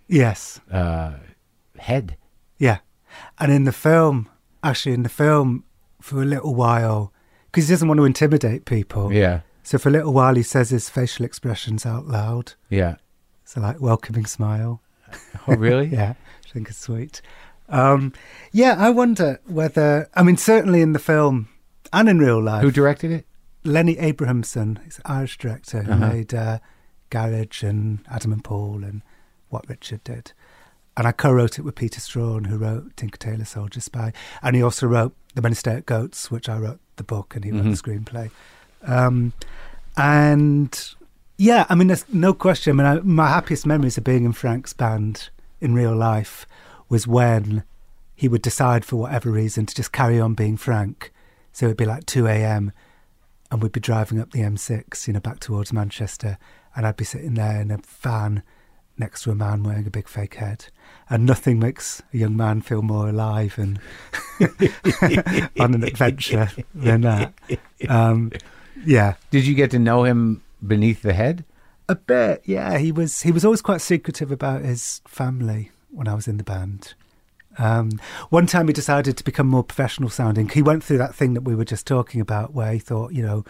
Yes. uh, head Yeah. And in the film, actually, in the film, for a little while, because he doesn't want to intimidate people. yeah So for a little while, he says his facial expressions out loud. yeah So, like, welcoming smile. oh really Yeah. I think is sweet. Um, yeah, I wonder whether I mean certainly in the film and in real (laughs) life, Who directed it? Lenny Abrahamson, he's an Irish director who made uh, Garage and Adam and Paul and What Richard Did. And I co wrote it with Peter Strawn, who wrote Tinker Tailor Soldier Spy. And he also wrote The Many State Goats, which I wrote the book and he wrote the screenplay. Um, and yeah, I mean, there's no question. I mean, I, my happiest memories of being in Frank's band in real life was when he would decide, for whatever reason, to just carry on being Frank. So it'd be like 2 a.m and we'd be driving up the M6, you know, back towards Manchester, and I'd be sitting there in a van next to a man wearing a big fake head. And nothing makes a young man feel more alive and (laughs) on an adventure than that. Um, yeah, Did you get to know him beneath the head? a bit. Yeah, he was he was always quite secretive about his family when I was in the band. Um, one time he decided to become more professional sounding. He went through that thing that we were just talking about, where he thought, you know,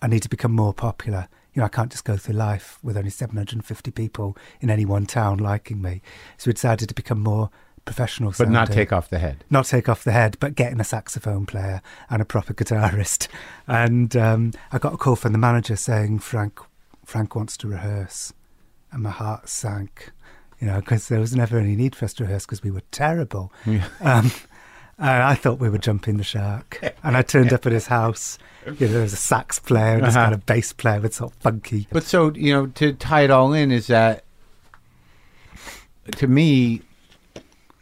I need to become more popular. You know, I can't just go through life with only 750 people in any one town liking me. So he decided to become more professional But sounding not take off the head. not take off the head, but getting a saxophone player and a proper guitarist. And um, I got a call from the manager saying Frank Frank wants to rehearse, and my heart sank, you know, because there was never any need for us to rehearse because we were terrible. Um, and I thought we were jumping the shark. And I turned up at his house. You know, there was a sax player and this kind of bass player with sort of funky. But so, you know, to tie it all in is that to me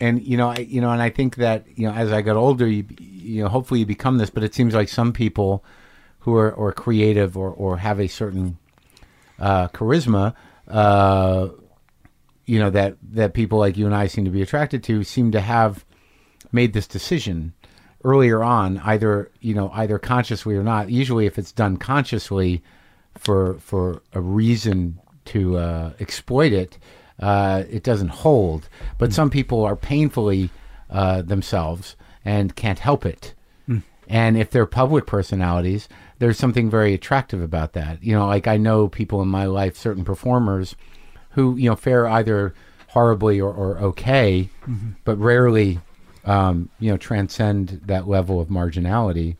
and you know, I, you know, and I think that, you know, as I got older, you, you know, hopefully you become this, but it seems like some people who are or creative or or have a certain uh charisma uh you know that that people like you and I seem to be attracted to seem to have made this decision earlier on either you know either consciously or not usually if it's done consciously for for a reason to uh, exploit it uh, it doesn't hold but some people are painfully uh, themselves and can't help it and if they're public personalities, there's something very attractive about that. You know, like I know people in my life, certain performers who, you know, fare either horribly or, or okay, but rarely, um, you know, transcend that level of marginality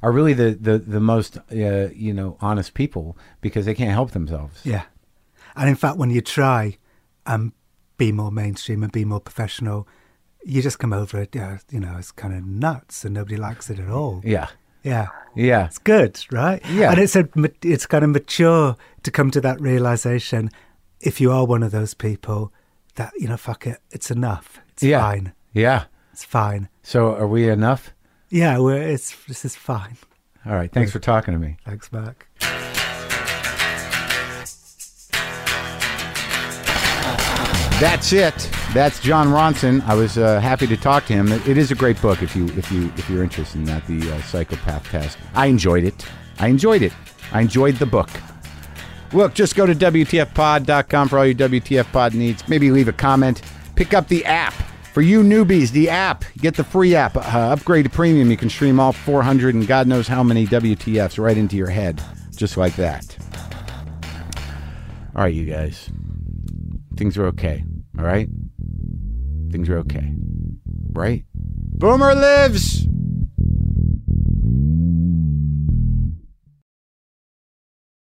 are really the, the, the most, uh, you know, honest people because they can't help themselves. Yeah. And in fact, when you try and be more mainstream and be more professional, you just come over it, yeah, you know, it's kind of nuts and nobody likes it at all. Yeah. Yeah. Yeah. It's good, right? Yeah. And it's, a, ma- it's kind of mature to come to that realization if you are one of those people that, you know, fuck it, it's enough. It's Yeah. fine. Yeah. It's fine. So are we enough? Yeah, we're, it's, this is fine. All right. Thanks for talking to me. Thanks, Mark. That's it. That's John Ronson. I was uh, happy to talk to him. It, it is a great book if you if you if you're interested in that, the uh, Psychopath Test. I enjoyed it. I enjoyed it. I enjoyed the book. Look, just go to WTFpod.com for all your WTF pod needs. Maybe leave a comment. Pick up the app. For you newbies, the app. Get the free app. Uh, upgrade to premium. You can stream all 400 and God knows how many WTFs right into your head. Just like that. All right, you guys things are okay. All right? Things are okay. Right? Boomer lives!